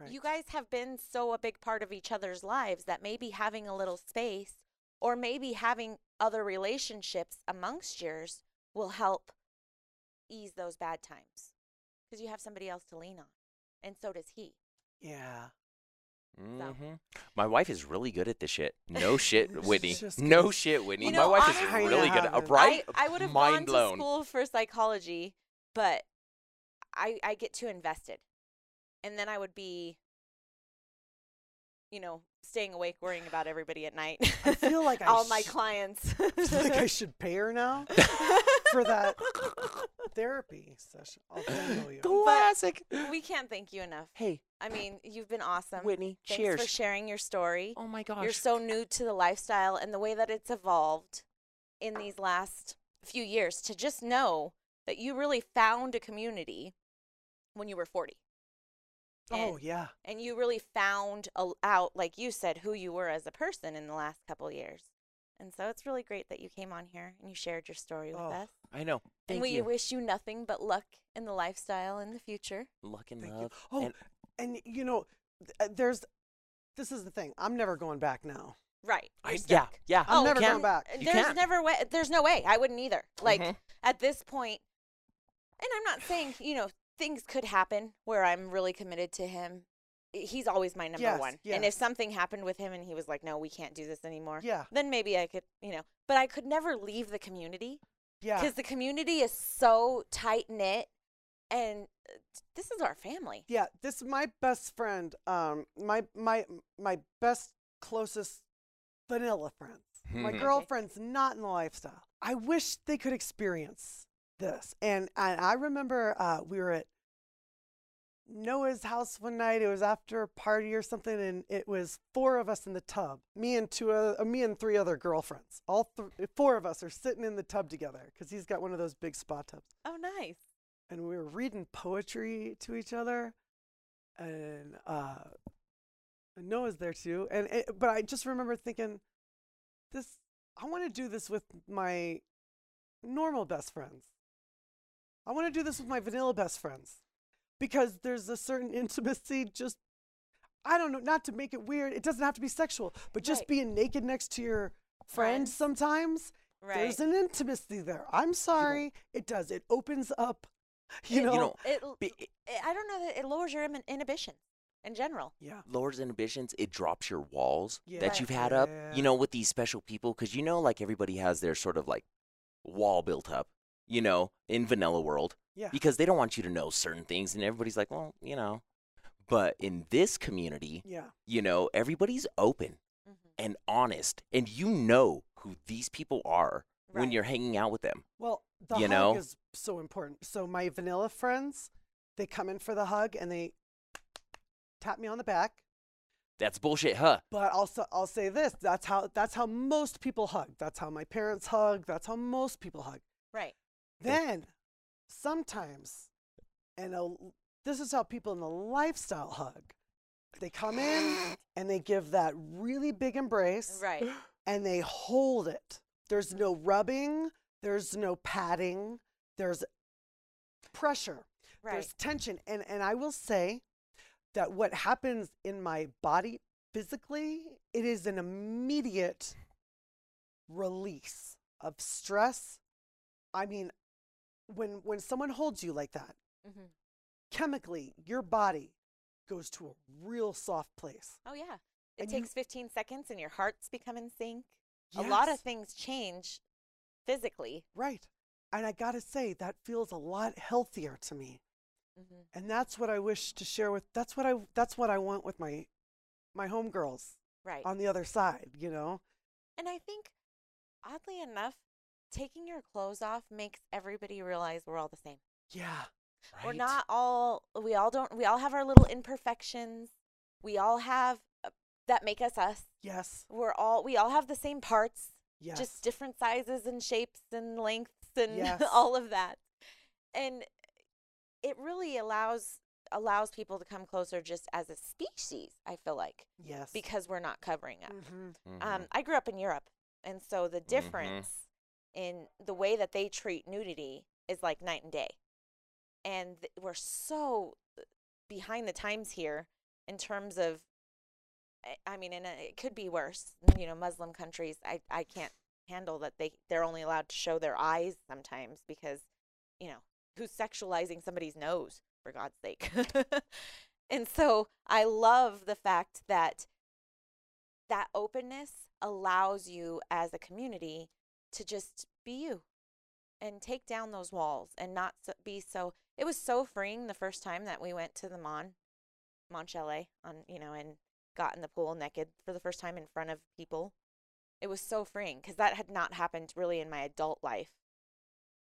[SPEAKER 4] Right.
[SPEAKER 2] You guys have been so a big part of each other's lives that maybe having a little space or maybe having other relationships amongst yours will help ease those bad times because you have somebody else to lean on. And so does he.
[SPEAKER 4] Yeah.
[SPEAKER 3] Mhm. My wife is really good at this shit. No shit, Whitney.
[SPEAKER 4] Just
[SPEAKER 3] No
[SPEAKER 4] kidding.
[SPEAKER 3] shit, Whitney.
[SPEAKER 2] You
[SPEAKER 3] My
[SPEAKER 2] know,
[SPEAKER 3] wife
[SPEAKER 2] honestly, um,
[SPEAKER 3] is really
[SPEAKER 4] I
[SPEAKER 3] good at
[SPEAKER 4] haven't.
[SPEAKER 3] right.
[SPEAKER 2] I, I would have
[SPEAKER 3] Mind
[SPEAKER 2] gone
[SPEAKER 3] blown.
[SPEAKER 2] to school for psychology, but I, I get too invested. And then I would be, you know, staying awake worrying about everybody at night.
[SPEAKER 4] I feel like I
[SPEAKER 2] all my
[SPEAKER 4] sh-
[SPEAKER 2] clients.
[SPEAKER 4] I feel like I should pay her now. for that therapy session. I'll Venmo you.
[SPEAKER 3] Classic.
[SPEAKER 2] We can't thank you enough.
[SPEAKER 3] Hey,
[SPEAKER 2] I mean, you've been awesome.
[SPEAKER 3] Whitney,
[SPEAKER 2] Thanks
[SPEAKER 3] cheers.
[SPEAKER 2] for sharing your story.
[SPEAKER 3] oh my gosh.
[SPEAKER 2] You're so new to the lifestyle and the way that it's evolved in these last few years to just know that you really found a community when you were 40.
[SPEAKER 4] Oh
[SPEAKER 2] And-
[SPEAKER 4] yeah.
[SPEAKER 2] And you really found a- out, like you said, who you were as a person in the last couple years. And so it's really great that you came on here and you shared your story with
[SPEAKER 4] Oh,
[SPEAKER 2] us.
[SPEAKER 3] I know.
[SPEAKER 2] and
[SPEAKER 3] Thank
[SPEAKER 2] we
[SPEAKER 3] you.
[SPEAKER 2] wish you nothing but luck in the lifestyle in the future.
[SPEAKER 3] Luck and
[SPEAKER 4] Thank you.
[SPEAKER 3] love.
[SPEAKER 4] Oh,
[SPEAKER 3] and-
[SPEAKER 4] and you know, th- uh, there's this is the thing. I'm never going back now.
[SPEAKER 2] Right.
[SPEAKER 3] I-
[SPEAKER 2] you're
[SPEAKER 3] yeah,
[SPEAKER 2] stuck.
[SPEAKER 3] yeah.
[SPEAKER 4] I'm
[SPEAKER 2] Oh,
[SPEAKER 4] never
[SPEAKER 2] can-
[SPEAKER 4] going back.
[SPEAKER 3] You
[SPEAKER 2] There's
[SPEAKER 3] can't.
[SPEAKER 2] never way. There's no way. I wouldn't either. Like
[SPEAKER 3] Mhm.
[SPEAKER 2] at this point, and I'm not saying you know things could happen where I'm really committed to him. I- He's always my number
[SPEAKER 4] Yes,
[SPEAKER 2] one. And if
[SPEAKER 4] yes.
[SPEAKER 2] something happened with him and he was like, "No, we can't do this anymore,"
[SPEAKER 4] Yeah.
[SPEAKER 2] then maybe I could, you know. But I could never leave the community
[SPEAKER 4] Yeah.
[SPEAKER 2] because the community is so tight knit, and uh, this is our family.
[SPEAKER 4] Yeah, this my best friend. Um, my my my best closest vanilla friends. My
[SPEAKER 3] Mhm.
[SPEAKER 4] girlfriend's not in the lifestyle. I wish they could experience this. And and I remember uh, we were at Noah's house one night. It was after a party or something, and it was four of us in the tub. Me and two, other, uh, me and three other girlfriends. All th- four of us are sitting in the tub together because he's got one of those big spa tubs
[SPEAKER 2] Oh, nice.
[SPEAKER 4] and we were reading poetry to each other and uh and noah's there too and it, but i just remember thinking this i want to do this with my normal best friends i want to do this with my vanilla best friends because there's a certain intimacy just i don't know not to make it weird it doesn't have to be sexual but just
[SPEAKER 2] Right.
[SPEAKER 4] being naked next to your friend
[SPEAKER 2] Friends.
[SPEAKER 4] sometimes
[SPEAKER 2] Right.
[SPEAKER 4] there's an intimacy there i'm sorry it does it opens up you
[SPEAKER 2] It-
[SPEAKER 4] know,
[SPEAKER 3] you know,
[SPEAKER 2] it, l-
[SPEAKER 3] be- it
[SPEAKER 2] it- I don't know that it lowers your inhibi- inhibition in general.
[SPEAKER 4] yeah
[SPEAKER 3] lowers inhibitions. It drops your walls
[SPEAKER 4] Yeah.
[SPEAKER 3] that
[SPEAKER 2] Right.
[SPEAKER 3] you've had up.
[SPEAKER 4] Yeah.
[SPEAKER 3] You know, with these special people, because you know, like everybody has their sort of like wall built up. You know, in vanilla world,
[SPEAKER 4] yeah
[SPEAKER 3] because they don't want you to know certain things, and everybody's like, well, you know. But in this community,
[SPEAKER 4] yeah
[SPEAKER 3] you know, everybody's open
[SPEAKER 2] Mm-hmm.
[SPEAKER 3] and honest, and you know who these people are when
[SPEAKER 2] Right.
[SPEAKER 3] you're hanging out with them.
[SPEAKER 4] well the
[SPEAKER 3] You
[SPEAKER 4] hug
[SPEAKER 3] know?
[SPEAKER 4] is so important so my vanilla friends they come in for the hug and they tap me on the back
[SPEAKER 3] That's bullshit, huh?
[SPEAKER 4] but also i'll say this that's how that's how most people hug that's how my parents hug that's how most people hug
[SPEAKER 2] Right.
[SPEAKER 4] then sometimes and a, this is how people in the lifestyle hug they come in and they give that really big embrace
[SPEAKER 2] Right.
[SPEAKER 4] and they hold it. There's no rubbing, there's no patting, there's pressure,
[SPEAKER 2] Right.
[SPEAKER 4] there's tension. And, and I will say that what happens in my body physically, it is an immediate release of stress. I mean, when, when someone holds you like that,
[SPEAKER 2] Mhm.
[SPEAKER 4] chemically, your body goes to a real soft place.
[SPEAKER 2] Oh yeah. It
[SPEAKER 4] And you-
[SPEAKER 2] takes 15 seconds and your hearts become in sync. A lot of
[SPEAKER 4] Yes.
[SPEAKER 2] things change physically.
[SPEAKER 4] Right. And I got to say, that feels a lot healthier to me.
[SPEAKER 2] Mhm.
[SPEAKER 4] And that's what I wish to share with, that's what I, that's what I want with my, my homegirls
[SPEAKER 2] Right.
[SPEAKER 4] on the other side, you know?
[SPEAKER 2] and I think oddly enough, taking your clothes off makes everybody realize we're all the same.
[SPEAKER 4] Yeah.
[SPEAKER 2] We're
[SPEAKER 3] Right?
[SPEAKER 2] not all we all don't we all have our little imperfections. We all have uh, that make us us.
[SPEAKER 4] Yes.
[SPEAKER 2] We're all we all have the same parts.
[SPEAKER 4] Yes.
[SPEAKER 2] just different sizes and shapes and lengths and
[SPEAKER 4] Yes.
[SPEAKER 2] all of that and it really allows allows people to come closer just as a species i feel like
[SPEAKER 4] yes.
[SPEAKER 2] because we're not covering up
[SPEAKER 4] Mhm.
[SPEAKER 3] Mm-hmm.
[SPEAKER 2] um, i grew up in europe and so the difference in the way that they treat nudity is like night and day and th- we're so uh, behind the times here in terms of I- I mean, and uh, it could be worse. You know, Muslim countries, I, I can't handle that they they're only allowed to show their eyes sometimes because, you know, who's sexualizing somebody's nose for God's sake? and so I love the fact that that openness allows you as a community to just be you and take down those walls and not so, be so. It was so freeing the first time that we went to the Mon, Mon Chalet on you know and got in the pool naked for the first time in front of people. It was so freeing because that had not happened really in my adult life.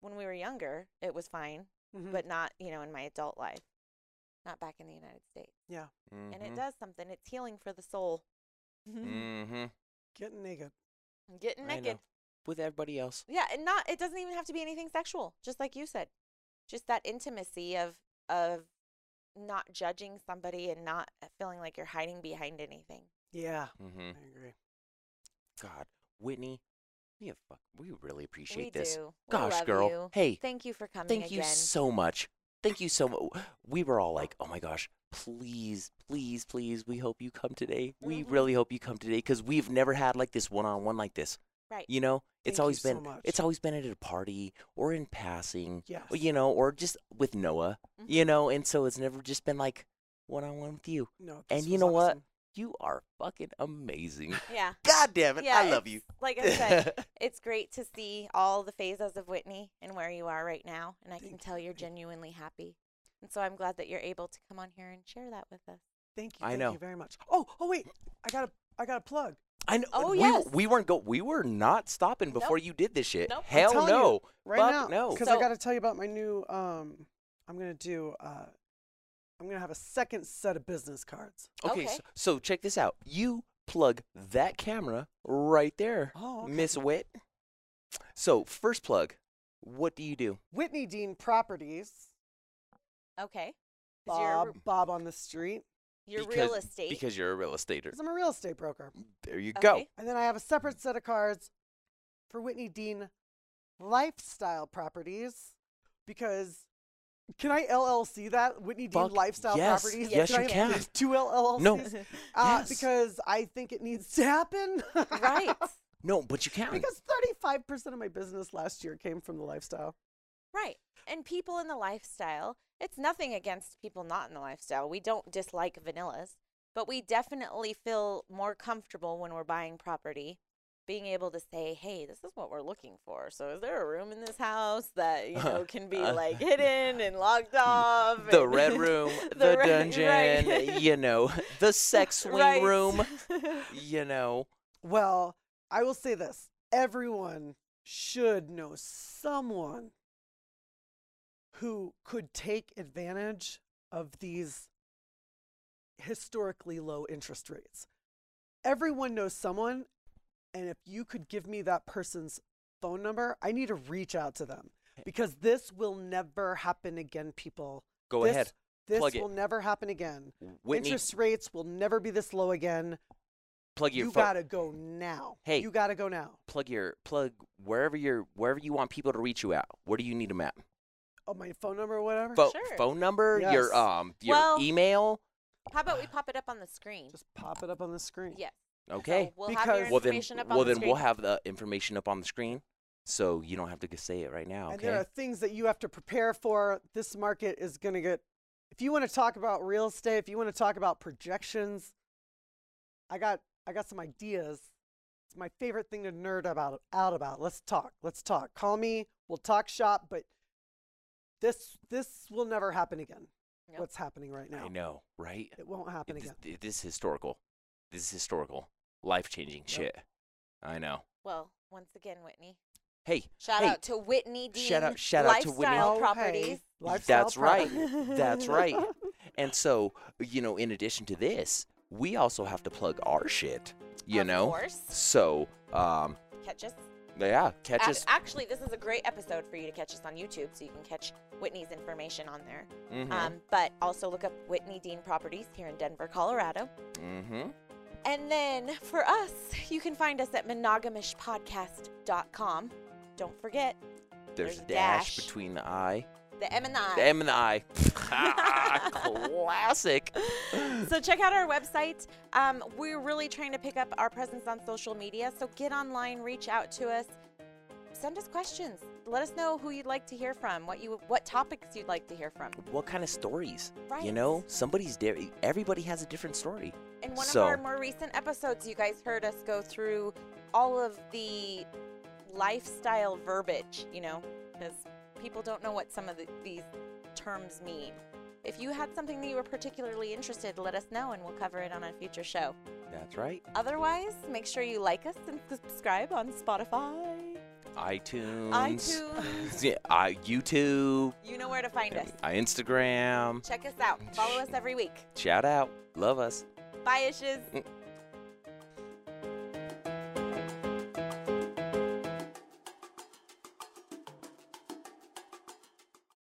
[SPEAKER 2] when we were younger, it was fine,
[SPEAKER 4] Mhm.
[SPEAKER 2] but not, you know, in my adult life, not back in the United States. And it does something. It's healing for the soul.
[SPEAKER 3] Mm-hmm.
[SPEAKER 4] Getting naked.
[SPEAKER 2] Getting
[SPEAKER 3] I
[SPEAKER 2] naked.
[SPEAKER 3] know. With everybody else.
[SPEAKER 2] Yeah, and not it doesn't even have to be anything sexual, just like you said. Just that intimacy of of not judging somebody and not uh, feeling like you're hiding behind anything.
[SPEAKER 4] Yeah,
[SPEAKER 3] Mm-hmm.
[SPEAKER 4] I agree.
[SPEAKER 3] God, Whitney, we have fuck. We really appreciate
[SPEAKER 2] we
[SPEAKER 3] this.
[SPEAKER 2] do. We
[SPEAKER 3] Gosh,
[SPEAKER 2] love
[SPEAKER 3] girl.
[SPEAKER 2] you.
[SPEAKER 3] Hey,
[SPEAKER 2] Thank you for coming
[SPEAKER 3] thank
[SPEAKER 2] again.
[SPEAKER 3] you so much. Thank you so much. We were all like, oh my gosh, please, please, please. We hope you come today. We
[SPEAKER 2] Mhm.
[SPEAKER 3] really hope you come today because we've never had like this one on one like this.
[SPEAKER 2] Right.
[SPEAKER 3] You know,
[SPEAKER 4] Thank
[SPEAKER 3] it's
[SPEAKER 4] you
[SPEAKER 3] always
[SPEAKER 4] so
[SPEAKER 3] been
[SPEAKER 4] much.
[SPEAKER 3] it's always been at a party or in passing,
[SPEAKER 4] Yes.
[SPEAKER 3] or, you know, or just with Noah, you
[SPEAKER 2] Mhm.
[SPEAKER 3] know, and so it's never just been like one on one with you.
[SPEAKER 4] No,
[SPEAKER 3] And
[SPEAKER 4] this
[SPEAKER 3] you
[SPEAKER 4] was
[SPEAKER 3] know what?
[SPEAKER 4] awesome.
[SPEAKER 3] You are fucking amazing.
[SPEAKER 2] Yeah.
[SPEAKER 3] God damn it,
[SPEAKER 2] yeah.
[SPEAKER 3] I love you.
[SPEAKER 2] it's- Like I said, it's great to see all the phases of Whitney and where you are right now. And I can
[SPEAKER 4] Thank
[SPEAKER 2] tell
[SPEAKER 4] you,
[SPEAKER 2] you're
[SPEAKER 4] thank you.
[SPEAKER 2] genuinely happy. And so I'm glad that you're able to come on here and share that with us.
[SPEAKER 4] Thank you.
[SPEAKER 3] I
[SPEAKER 4] thank
[SPEAKER 3] know.
[SPEAKER 4] you very much. Oh, oh wait, I got a, I got a plug.
[SPEAKER 3] I know.
[SPEAKER 2] Oh,
[SPEAKER 3] we,
[SPEAKER 2] yes.
[SPEAKER 3] we weren't go. We were not stopping
[SPEAKER 2] Nope.
[SPEAKER 3] before you did this shit.
[SPEAKER 2] Nope. I'm
[SPEAKER 3] Hell
[SPEAKER 4] telling you,
[SPEAKER 3] no.
[SPEAKER 4] right
[SPEAKER 3] Fuck
[SPEAKER 4] now
[SPEAKER 3] no.
[SPEAKER 4] because
[SPEAKER 2] So-
[SPEAKER 4] I got to tell you about my new. Um, I'm gonna do. Uh, I'm gonna have a second set of business cards.
[SPEAKER 3] Okay,
[SPEAKER 2] Okay.
[SPEAKER 3] So, so check this out. You plug that camera right there,
[SPEAKER 4] Oh, okay.
[SPEAKER 3] Miss Wit. So first plug. What do you do?
[SPEAKER 4] Whitney Dean Properties.
[SPEAKER 2] Okay. 'Cause
[SPEAKER 4] Bob,
[SPEAKER 2] you're,
[SPEAKER 4] Bob on the street.
[SPEAKER 2] you're
[SPEAKER 3] Um, Because-
[SPEAKER 2] real estate.
[SPEAKER 3] Because you're a real estater.
[SPEAKER 4] Because I'm a real estate broker.
[SPEAKER 3] There you go.
[SPEAKER 2] okay.
[SPEAKER 4] And then I have a separate set of cards for Whitney Dean Lifestyle Properties. Because can I LLC that Whitney Dean
[SPEAKER 3] Fuck
[SPEAKER 4] Lifestyle
[SPEAKER 3] yes.
[SPEAKER 4] Properties?
[SPEAKER 3] Yes,
[SPEAKER 4] can
[SPEAKER 3] you
[SPEAKER 4] I
[SPEAKER 3] can.
[SPEAKER 4] have Two LLCs.
[SPEAKER 3] No.
[SPEAKER 4] Uh,
[SPEAKER 3] Yes.
[SPEAKER 4] Because I think it needs to happen.
[SPEAKER 2] right.
[SPEAKER 3] No, but you can.
[SPEAKER 4] because 35% of my business last year came from the lifestyle.
[SPEAKER 2] Right. And people in the lifestyle, it's nothing against people not in the lifestyle. We don't dislike vanillas, but we definitely feel more comfortable when we're buying property being able to say, "Hey, this is what we're looking for." So, is there a room in this house that, you know, can be
[SPEAKER 3] Uh,
[SPEAKER 2] like hidden and locked off?
[SPEAKER 3] the
[SPEAKER 2] and-
[SPEAKER 3] red room, the,
[SPEAKER 2] The red-
[SPEAKER 3] dungeon,
[SPEAKER 2] right.
[SPEAKER 3] you know, the sex swing
[SPEAKER 2] Right.
[SPEAKER 3] room, you know.
[SPEAKER 4] Well, I will say this everyone should know someone who could take advantage of these historically low interest rates. Everyone knows someone, and if you could give me that person's phone number, I need to reach out to them
[SPEAKER 3] Eh.
[SPEAKER 4] because this will never happen again, people.
[SPEAKER 3] Go
[SPEAKER 4] This-
[SPEAKER 3] ahead,
[SPEAKER 4] This
[SPEAKER 3] Plug it.
[SPEAKER 4] will never happen again.
[SPEAKER 3] Whitney.
[SPEAKER 4] Interest rates will never be this low again.
[SPEAKER 3] plug your
[SPEAKER 4] You
[SPEAKER 3] phone.
[SPEAKER 4] gotta go now.
[SPEAKER 3] Hey.
[SPEAKER 4] you gotta go now.
[SPEAKER 3] plug your plug wherever you're wherever you want people to reach you at. Where do you need them at?
[SPEAKER 4] Oh, my phone number or whatever.
[SPEAKER 3] Pho-
[SPEAKER 2] Sure.
[SPEAKER 3] Phone number,
[SPEAKER 4] Yes.
[SPEAKER 3] your um, your
[SPEAKER 2] Well-
[SPEAKER 3] email.
[SPEAKER 2] How about we pop it up on the screen?
[SPEAKER 4] Just pop it up on the screen.
[SPEAKER 2] yes. So
[SPEAKER 3] Okay.
[SPEAKER 2] we'll have your
[SPEAKER 4] Because-
[SPEAKER 3] well then,
[SPEAKER 2] information up on
[SPEAKER 3] well
[SPEAKER 2] the
[SPEAKER 3] then we'll
[SPEAKER 2] screen.
[SPEAKER 3] have the information up on the screen, so you don't have to g- say it right now.
[SPEAKER 4] And
[SPEAKER 3] Okay.
[SPEAKER 4] there are things that you have to prepare for. This market is going to get. If you want to talk about real estate, if you want to talk about projections, I got I got some ideas. It's my favorite thing to nerd about out about. Let's talk. Let's talk. Call me. We'll talk shop. But this this will never happen again.
[SPEAKER 2] Nope.
[SPEAKER 4] What's happening right now?
[SPEAKER 3] I know, right?
[SPEAKER 4] It won't happen
[SPEAKER 3] It-
[SPEAKER 4] again.
[SPEAKER 3] this, this is historical. This is historical. Life changing shit. I know.
[SPEAKER 2] Well, once again, Whitney.
[SPEAKER 3] Hey,
[SPEAKER 2] Shout
[SPEAKER 3] hey,
[SPEAKER 2] out to Whitney Dean.
[SPEAKER 3] shout out- shout out to Whitney.
[SPEAKER 2] Lifestyle
[SPEAKER 4] Oh, hey.
[SPEAKER 2] Properties.
[SPEAKER 4] Lifestyle
[SPEAKER 3] That's right.
[SPEAKER 4] property.
[SPEAKER 3] That's right. And so, you know, in addition to this, we also have to plug our shit. You
[SPEAKER 2] Of
[SPEAKER 3] know.
[SPEAKER 2] course.
[SPEAKER 3] So, um,
[SPEAKER 2] Catch us.
[SPEAKER 3] yeah, catch
[SPEAKER 2] Ac-
[SPEAKER 3] us.
[SPEAKER 2] Actually, this is a great episode for you to catch us on YouTube, so you can catch Whitney's information on there.
[SPEAKER 3] Mhm.
[SPEAKER 2] Um, but also look up Whitney Dean Properties here in Denver, Colorado.
[SPEAKER 3] mm-hmm.
[SPEAKER 2] And then for us, you can find us at monogamishpodcast.com. Don't forget
[SPEAKER 3] There's,
[SPEAKER 2] There's
[SPEAKER 3] a
[SPEAKER 2] a
[SPEAKER 3] dash,
[SPEAKER 2] dash.
[SPEAKER 3] between the I,
[SPEAKER 2] the M and I.
[SPEAKER 3] the M and the I. Classic.
[SPEAKER 2] so check out our website. Um, we're really trying to pick up our presence on social media. So get online, reach out to us, send us questions. Let us know who you'd like to hear from, what you, what topics you'd like to hear from.
[SPEAKER 3] What kind of stories? You
[SPEAKER 2] Right.
[SPEAKER 3] know, somebody's di- everybody has a different story.
[SPEAKER 2] In one
[SPEAKER 3] So-
[SPEAKER 2] of our more recent episodes, you guys heard us go through all of the lifestyle verbiage, you know, because people don't know what some of the, these terms mean. If you had something that you were particularly interested, let us know and we'll cover it on a future show.
[SPEAKER 3] That's right.
[SPEAKER 2] Otherwise, make sure you like us and subscribe on Spotify,
[SPEAKER 3] iTunes,
[SPEAKER 7] iTunes.
[SPEAKER 3] Yeah, I, YouTube,
[SPEAKER 2] You know where to find us.
[SPEAKER 3] I Instagram.
[SPEAKER 2] Check us out. Follow us every week.
[SPEAKER 3] Shout out. Love us.
[SPEAKER 2] Bye, Ishes.